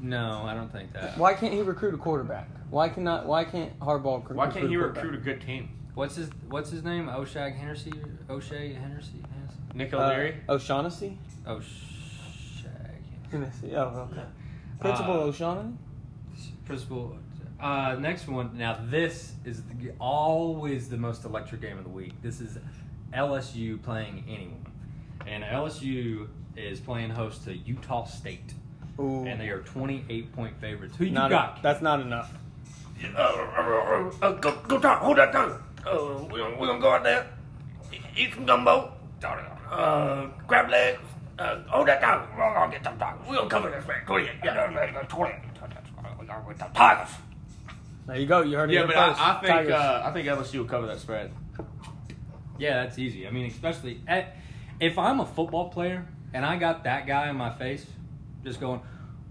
A: No, I don't think that.
B: Why can't he recruit a quarterback? Why cannot? Why can't Harbaugh recruit?
C: Why can't he
B: quarterback?
C: recruit a good team?
A: What's his What's his name? O'Shag Hennessy. O'Shea Hennessy. Hennessy?
C: Nick
B: Uh,
C: O'Leary?
B: O'Shaughnessy?
A: O'Shag.
B: Tennessee. Oh, okay. Principal
A: Uh,
B: O'Shaughnessy?
A: Principal. Uh, next one. Now this is the, always the most electric game of the week. This is LSU playing anyone, and LSU is playing host to Utah State,
B: Ooh,
A: and they are twenty eight point favorites. Who you
B: not
A: got?
B: en- that's not enough.
C: Uh, go, go talk. Hold that down. Uh, we gonna, we gonna go out there, e- eat some gumbo, uh, crab legs. Uh, hold that down. We're gonna get them down. We'll cover this man. Go ahead. Yeah, yeah, yeah, twenty. We gotta win the Tigers.
B: There you go. You heard it
C: Yeah,
B: here
C: but
B: first.
C: I, I think
B: Tigers.
C: uh, I think LSU will cover that spread.
A: Yeah, that's easy. I mean, especially at, if I'm a football player and I got that guy in my face, just going,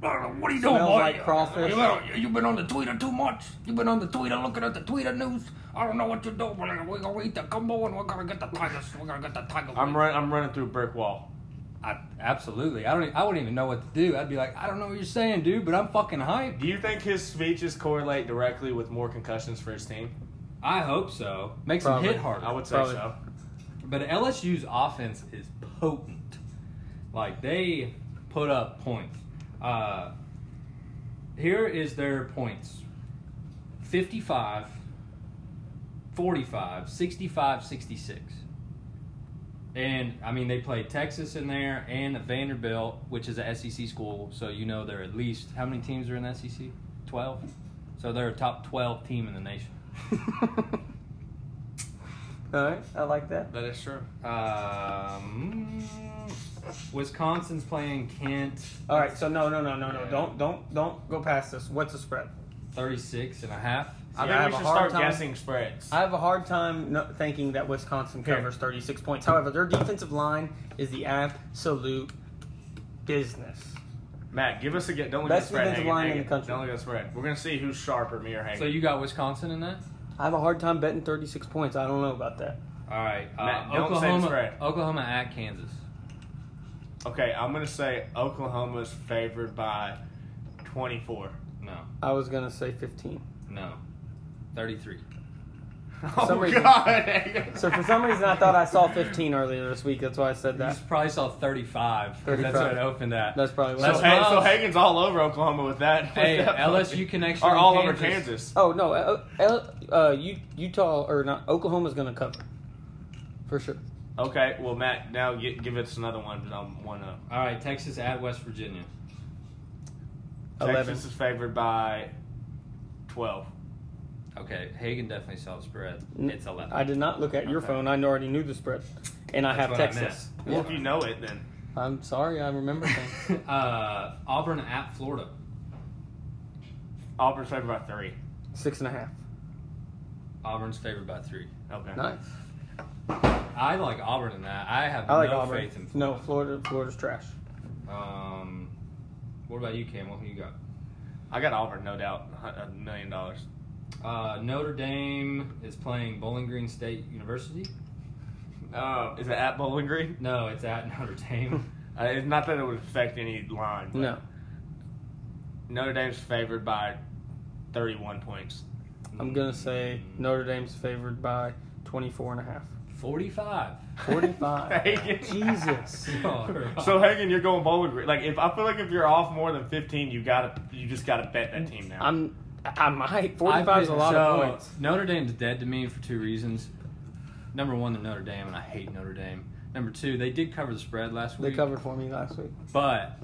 A: "What are you doing,
B: Smells
A: boy?
B: like crawfish."
A: You- You've been on the Twitter too much. You've been on the Twitter looking at the Twitter news. I don't know what you're doing. We're gonna, we're gonna eat the gumbo and we're gonna get the tigers. We're gonna get the tiger.
C: I'm run, I'm running through a brick wall.
A: I, absolutely. I don't. e- I wouldn't even know what to do. I'd be like, I don't know what you're saying, dude, but I'm fucking hyped.
C: Do you think his speeches correlate directly with more concussions for his team?
A: I hope so. Makes him
B: Probably.
A: hit harder.
C: I would say
B: Probably.
C: so.
A: But LSU's offense is potent. Like they put up points. Uh, here is their points 55, 45, 65, 66. And I mean, they played Texas in there and Vanderbilt, which is a SEC school. So you know they're at least, how many teams are in the SEC? 12. So they're a top 12 team in the nation.
C: uh,
B: All right, I like that.
C: That is true.
A: Um, Wisconsin's playing Kent
B: All right, so no, no, no, no, no.
A: Yeah.
B: Don't, don't, don't go past this. What's the spread?
A: 36 and a half.
C: I
B: See,
C: think
B: I have
C: we
B: a
C: should
B: hard
C: start
B: time-
C: guessing spreads.
B: I have a hard time no- thinking that Wisconsin
C: Here.
B: covers 36 points. However, their defensive line is the absolute business.
C: Matt, give us a get. Don't look
B: Best
C: at spread.
B: defensive
C: Hang it,
B: line
C: hang
B: in
C: it.
B: the country.
C: Don't look at spread. We're gonna see who's sharper, me or Hank.
A: So you got Wisconsin in that?
B: I have a hard time betting 36 points. I don't know about that.
A: All right. Uh,
C: Matt, don't say the
A: Oklahoma,
C: spread.
A: Oklahoma at Kansas.
C: okay, I'm gonna say Oklahoma's favored by 24.
A: No,
B: I was gonna say 15.
A: no. 33.
C: Oh
B: some reason-
C: God!
B: So for some reason, I thought I saw 15 earlier this week. That's why I said
A: You
B: that.
A: probably saw 35. 'cause That's what
B: 35.
A: it opened at.
B: That's probably what.
A: That's
C: So,
A: why-
B: I
C: hey, so Hagen's all over Oklahoma with that. with
A: Hey,
C: that
A: LSU
C: fucking-
A: connection.
C: Or
A: in
C: all over
A: Kansas.
C: Kansas.
B: oh no, uh, L- uh, U- Utah or not? Oklahoma's gonna cover for sure.
C: Okay, well, Matt, now gi- give us another one. but I'm one up.
A: All right, Texas at West Virginia.
B: 11.
C: Texas is favored by 12.
A: Okay, Hagan definitely saw the spread.
B: N-
A: It's 11.
B: I did not look at your
C: Okay.
B: phone. I already knew the spread, and I
A: That's
B: have
A: what I
B: Texas.
A: meant.
C: Well, if you know it, then
B: I'm sorry, I remember things.
A: uh, Auburn at Florida.
C: Auburn's favored by three.
B: Six and a half.
A: Auburn's favored by three.
C: Okay.
B: Nice.
A: I like Auburn in that. I have
B: I like
A: no
B: Auburn.
A: faith in Florida.
B: No, Florida. Florida's trash.
A: Um, what about you, Campbell? Who you got?
C: I got Auburn, no doubt. A million dollars.
A: Uh, Notre Dame is playing Bowling Green State University.
C: Uh, is it at Bowling Green?
A: No, it's at Notre Dame.
C: Uh, it's not that it would affect any line. but
B: No,
C: Notre Dame's favored by 31 points.
B: I'm gonna say Notre Dame's favored by 24 and a half.
A: 45.
B: 45.
C: Hagen.
B: Jesus.
C: So Hagen, you're going Bowling Green. Like if I feel like if you're off more than 15, you gotta you just gotta bet that team now.
B: I'm. I might. 45 is a lot of
A: So,
B: points.
A: Notre Dame's dead to me for two reasons. Number one, they're Notre Dame, and I hate Notre Dame. Number two, they did cover the spread last
B: They
A: week.
B: covered for me last week.
A: but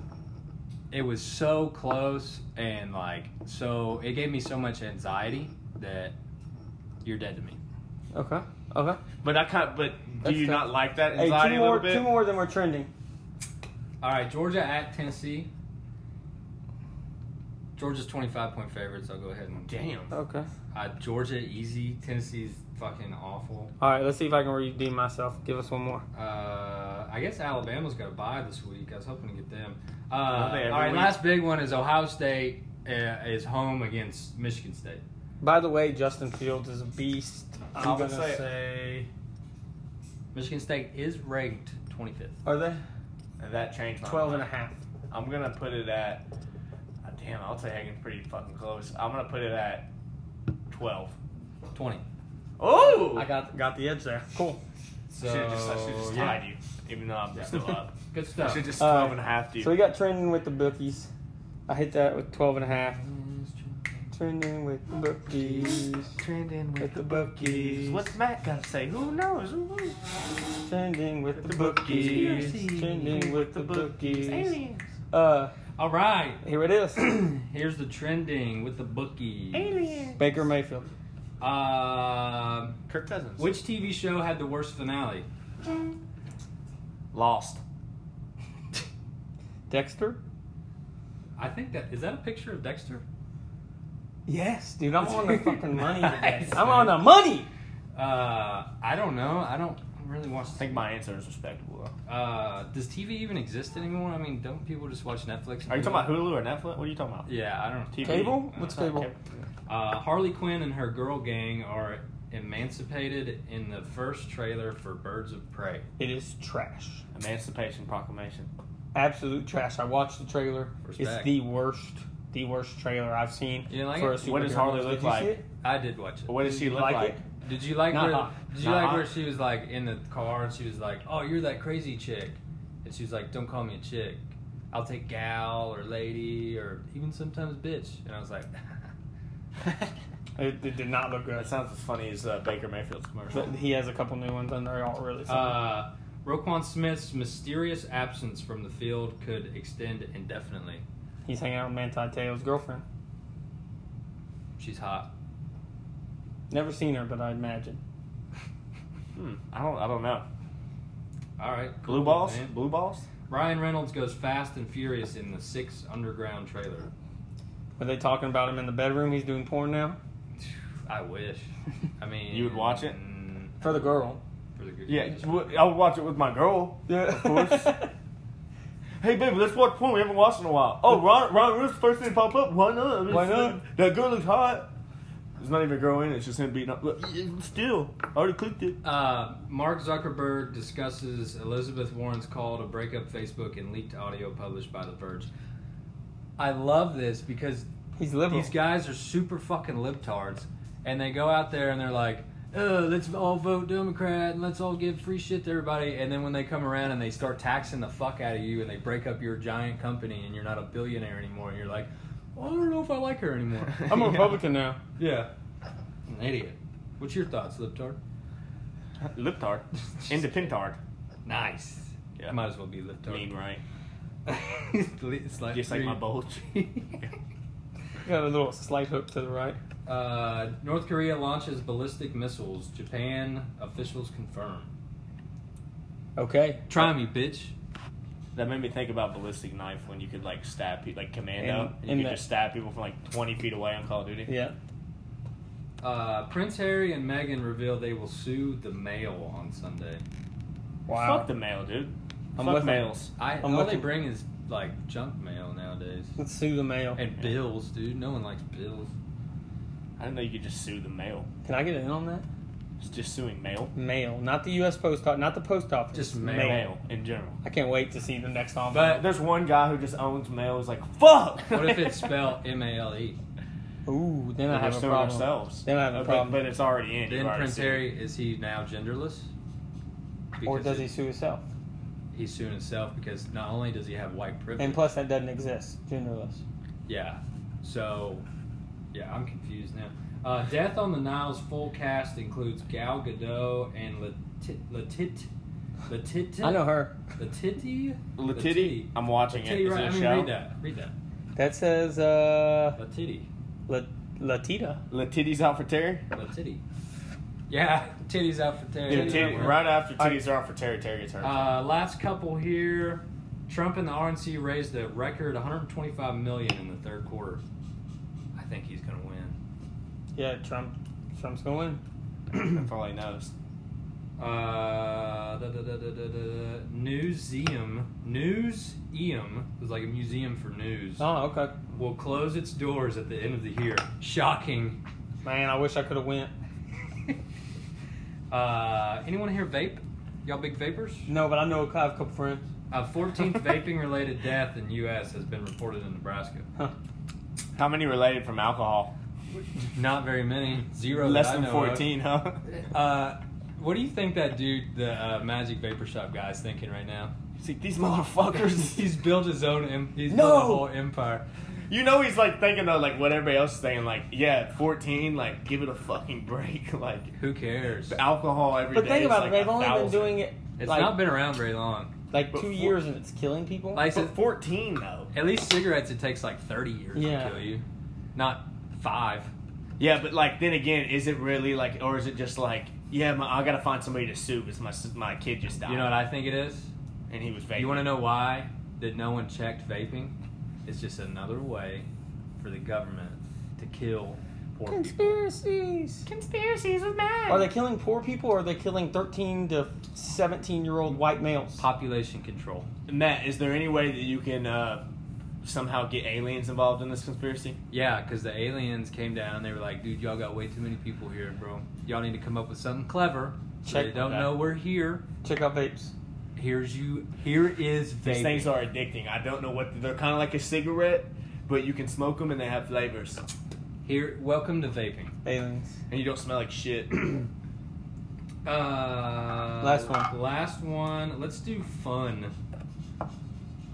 A: it was so close and like so it gave me so much anxiety that you're dead to me
B: Okay. Okay.
C: but I kind of, but do
B: That's
C: you
B: tough.
C: not like that
B: Hey,
C: anxiety
B: two
C: a little
B: more.
C: bit?
B: Two more than we're trending.
A: all right georgia at tennessee georgia's 25 point favorites i'll go ahead and
C: Damn.
B: Okay.
A: uh, georgia easy tennessee's fucking awful
B: All right. Let's see if I can redeem myself. Give us one more.
A: uh, i guess alabama's got a bye this week i was hoping to get them uh,
C: they every
A: all right
C: week?
A: last big one is ohio state uh, is home against michigan state
B: By the way, Justin Fields is a beast. I'm
C: I would
B: gonna
C: say-
B: say.
A: michigan state is ranked 25th
B: Are they
C: And that changed. My
B: 12 and
C: mind.
B: a half?
C: I'm gonna put it at. ah, Damn, I'll say Hagen's pretty fucking close. I'm gonna put it at 12.
A: 20
C: Oh!
B: I got got the edge there. Cool.
A: so
C: Should have just, I should've just
A: yeah.
C: tied you, even though I'm still up.
A: Good
C: I
A: stuff.
C: should just
B: All
C: 12
B: right.
C: and a half to you.
B: So we got trending with the bookies. I hit that with 12 and a half. Mm-hmm. Trending with the bookies.
C: Trending
B: With the bookies.
C: What's Matt gotta say? Who knows? Who knows?
B: Trending with the
C: the
B: bookies.
A: bookies.
B: Trending with the bookies.
C: Aliens.
B: Uh,
A: All right.
B: here it is.
A: Here's the trending with the bookie.
C: Aliens.
B: Baker Mayfield.
A: Um,
C: Kirk Cousins.
A: which TV show had the worst finale?
C: Lost.
B: Dexter.
A: I think that is that a picture of Dexter.
B: Yes, dude. I'm on the fucking money. today.
A: Nice,
B: I'm on
A: man.
B: the money.
A: Uh, I don't know. I don't. really watch.
C: I think my answer is respectable. Though.
A: Uh, does TV even exist anymore? I mean, don't people just watch Netflix? and
C: Are you
A: Hulu?
C: talking about Hulu or Netflix? What are you talking about?
A: Yeah, I don't.
C: TV?
B: Cable?
C: Uh,
B: What's
C: it's not
B: cable?
A: Uh, Harley Quinn and her girl gang are emancipated in the first trailer for Birds of Prey.
B: It is trash.
C: Emancipation Proclamation.
B: Absolute trash. I watched the trailer. It's
A: Respect.
B: the worst, the worst trailer I've seen
A: You didn't like
B: for
A: it?
B: a superhero.
C: What does Harley
B: movie.
C: look
B: Did you see
C: like?
B: it?
A: I did watch it.
C: What does she
B: You
C: look
B: like
C: like?
B: it?
A: Did you like
C: Nuh-uh.
A: where? Did you like
C: Nuh-uh.
A: where she was like in the car and she was like, "Oh, you're that crazy chick," and she was like, "Don't call me a chick. I'll take gal or lady or even sometimes bitch." And I was like,
B: It, it did not look good.
C: That sounds as funny as uh, Baker Mayfield's commercial.
B: But he has a couple new ones, and they're all really. Uh,
A: uh, "Roquan Smith's mysterious absence from the field could extend indefinitely.
B: He's hanging out with Manti Teo's girlfriend.
A: She's hot."
B: Never seen her, but I imagine.
C: Hmm. I don't. I don't know.
A: All right,
C: Blue
A: cool,
C: balls.
A: man.
C: Blue balls.
A: Ryan Reynolds goes fast and furious in the Six Underground trailer.
B: Were they talking about him in the bedroom? He's doing porn now
A: I wish. I mean,
C: You would watch it?
A: mm,
B: for the girl.
A: For the good
C: Yeah. w- I would watch it with my girl.
B: Yeah,
C: Of course. Hey baby, let's watch porn. We haven't watched in a while. Oh, Ron, Ron Roost, first thing pop up. Why not?
B: Why not?
C: That girl looks hot. It's not even a girl in it. It's just him beating up. Look, Still, I already clicked it.
A: Uh, Mark Zuckerberg discusses Elizabeth Warren's call to break up Facebook and leaked audio published by The Verge. I love this because
B: He's liberal.
A: these guys are super fucking libtards, and they go out there and they're like, "Uh, let's all vote Democrat and let's all give free shit to everybody." And then when they come around and they start taxing the fuck out of you and they break up your giant company and you're not a billionaire anymore, and you're like, well, "I don't know if I like her anymore."
B: I'm a
C: Yeah.
B: Republican now.
A: yeah, an idiot. What's your thoughts, libtard?
C: Liptard. Independentard.
A: Nice.
C: Yeah.
A: Might as well be libtard.
C: Mean right.
A: it's like
C: Just like my bulge.
B: Got a little slight hook to the right.
A: uh, North Korea launches ballistic missiles. Japan officials confirm.
B: Okay.
A: Try me, bitch.
C: That made me think about ballistic knife when you could like stab people, like commando,
B: In-
C: and,
B: in
C: you
B: the-
C: could just stab people from like twenty feet away on Call of Duty.
B: Yeah.
A: Uh, Prince Harry and Meghan reveal they will sue the Mail on Sunday.
B: Wow.
C: Fuck the mail, dude.
B: I'm with
C: Fuck
B: him.
C: males.
A: I
B: I'm
A: all they
B: looking-
A: bring is like junk mail nowadays
B: Let's sue the mail.
A: and bills, dude. No one likes bills.
C: I didn't know you could just sue the mail.
B: Can I get in on that?
C: It's just suing mail.
B: Mail, not the U.S. post office, not the post office.
A: Just mail.
C: Mail in general.
B: I can't wait to see the next song.
A: But-
C: There's one guy who just owns mail. Is like, fuck.
A: What if it's spelled M A L E?
B: ooh, then
C: We're
B: I have a
C: suing
B: problem.
C: ourselves.
B: Then I have a
C: Uh, but-
B: problem.
C: But, it's already in. You've
A: Then
C: already
A: Prince
C: sued.
A: Harry is he now genderless?
B: Or
A: Because
B: does
A: it-
B: he sue himself?
A: He's suing himself because not only does he have white privilege.
B: And plus, that doesn't exist. Genderless.
A: Yeah. So, yeah, I'm confused now. Uh, Death on the Nile's full cast includes Gal Gadot and Latit Latit Latit.
B: I know her.
A: Latiti.
C: Latiti. I'm watching it.
A: Latiti.
C: Is
A: Right. I
C: it a
A: mean,
C: show?
A: read that. Read that.
B: That says uh,
A: Latiti.
B: La- Latita.
C: Latiti's out for Terry.
A: Latiti. Yeah, titties out for Terry.
C: Yeah, Terry-
A: Don't worry.
C: right after titties are out for Terry, Terry gets hurt.
A: Uh, last couple here. Trump and the RNC raised a record 125 million in the third quarter. I think he's gonna win.
B: Yeah, Trump. Trump's going to win.
C: That's all he knows.
A: Uh, da, da, da, da, da, da, Newseum. Newseum is like a museum for news.
B: Oh, okay.
A: Will close its doors at the end of the year. Shocking.
B: Man, I wish I could have went.
A: uh, anyone here vape? Y'all big vapors?
B: No, but I know I have a couple friends.
A: A 14th vaping related death in U.S. has been reported in Nebraska.
B: Huh.
C: How many related from alcohol?
A: Not very many. Zero. that
C: Less
A: I
C: than
A: know of.
C: 14, huh?
A: Uh, what do you think that dude, the uh, Magic Vapor Shop guy, is thinking right now?
C: He's like, these motherfuckers.
A: He's built his own. Em- he's
B: No!
A: built a whole empire.
C: You know he's like thinking though, like what everybody else is saying, like yeah, fourteen, like give it a fucking break, like
A: Who cares?
C: alcohol every day.
B: But think
C: is,
B: about
C: like,
B: it. They've
C: a
B: only been
C: thousand.
B: doing it
A: It's
B: like,
A: not been around very long.
B: like
C: But
B: two
C: for-
B: years and it's killing people.
A: Like I
C: But
A: said,
C: fourteen though.
A: at least cigarettes, it takes like 30 years
B: Yeah.
A: to kill you, not five.
C: Yeah, but like then again, is it really like, or is it just like, yeah, my, I gotta find somebody to sue because my s- my kid just died.
A: You know what I think it is?
C: and he was vaping.
A: You want to know why that no one checked vaping? It's just another way for the government to kill poor people.
B: Conspiracies.
A: Conspiracies with man.
B: Are they killing poor people or are they killing 13 to 17 year old white males?
A: population control?
C: Matt, is there any way that you can uh, somehow get aliens involved in this conspiracy?
A: Yeah, because the aliens came down. They were like, dude, y'all got way too many people here, bro. Y'all need to come up with something clever. So
B: Check
A: they don't
C: that.
A: know we're here.
B: Check out vapes.
A: Here's you. Here is
C: These
A: vaping.
C: things are addicting. I don't know what they're kind of like a cigarette, but you can smoke them and they have flavors,
A: Here, welcome to vaping.
B: Aliens.
C: and you don't smell like shit.
A: Uh,
B: Last one.
A: Last one. Let's do fun.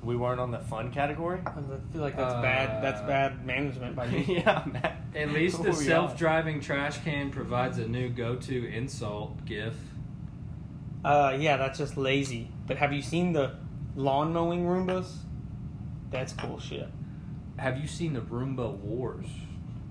C: we weren't on the fun category.
B: I feel like that's
A: Uh,
B: bad. That's bad management by me.
C: yeah, Matt.
A: At least
C: Who
A: the
C: are we on?
A: self-driving trash can provides a new go-to insult gif.
B: Uh, yeah, that's just lazy. But have you seen the lawn mowing Roombas? That's cool shit.
A: Have you seen the Roomba Wars?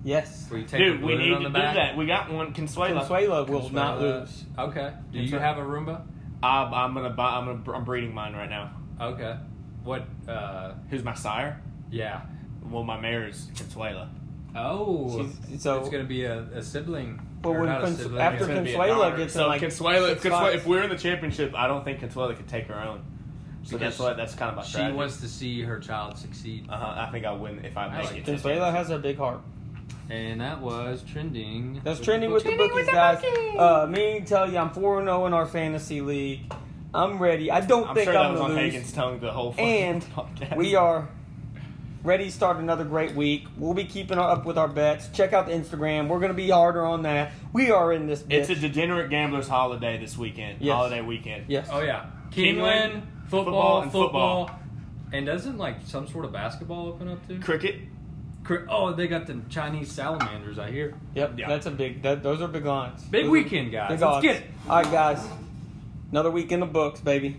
B: Yes.
A: Where you take
C: Dude,
A: the
C: we
A: balloon
C: need
A: on
C: to
A: the
C: do
A: back?
C: that. We got one, Consuela.
B: Consuelo will not
A: Consuela.
B: lose.
A: Okay. Do
C: That's
A: you
C: right.
A: have a Roomba?
C: I'm, I'm gonna buy. I'm gonna. I'm breeding mine right now.
A: Okay. What? uh
C: Who's my sire?
A: Yeah.
C: Well, my mare is Consuela.
A: Oh.
B: She's- so-
A: it's gonna be a, a sibling.
B: But
A: Or
B: when
A: not a
B: Cons-
A: sibling,
B: after
A: it's gonna be a
B: Consuela
A: daughter.
B: gets-
C: So
B: like,
C: Consuela, if
B: six
C: Consuela,
B: fives.
C: if we're in the championship, I don't think Consuela could take her own. So
A: Because
C: that's why that's kind of my
A: she
C: strategy.
A: wants to see her child succeed.
C: uh huh. I think I win if I
A: I
C: make
A: like
C: it.
B: Consuelo has a big heart.
A: And that was trending.
B: That's
A: with
B: trending with the
A: Bookies.
B: bookies, guys. Uh, me tell you, I'm four and zero in our fantasy league. I'm ready. I don't
C: I'm
B: think
C: sure that
B: I'm
C: was on
B: gonna lose.
C: Hagen's tongue the whole fucking
B: And
C: podcast.
B: we are ready to start another great week. We'll be keeping up with our bets. Check out the Instagram. We're gonna be harder on that. We are in this. Bitch.
C: It's a degenerate gambler's holiday this weekend.
B: Yes.
C: Holiday weekend.
B: yes.
A: Oh yeah,
C: Kingland,
A: Kingland,
C: football,
A: football,
C: and
A: football,
C: football.
A: and doesn't like some sort of basketball open up too?
C: Cricket.
A: Cri- Oh, they got the Chinese salamanders. I hear.
B: Yep.
C: Yeah.
B: That's a big. That, those are big lines.
A: Big
B: Those are
A: weekend, guys.
B: Big
A: Let's
B: odds.
A: get it.
B: All right, guys. Another week in the books, baby.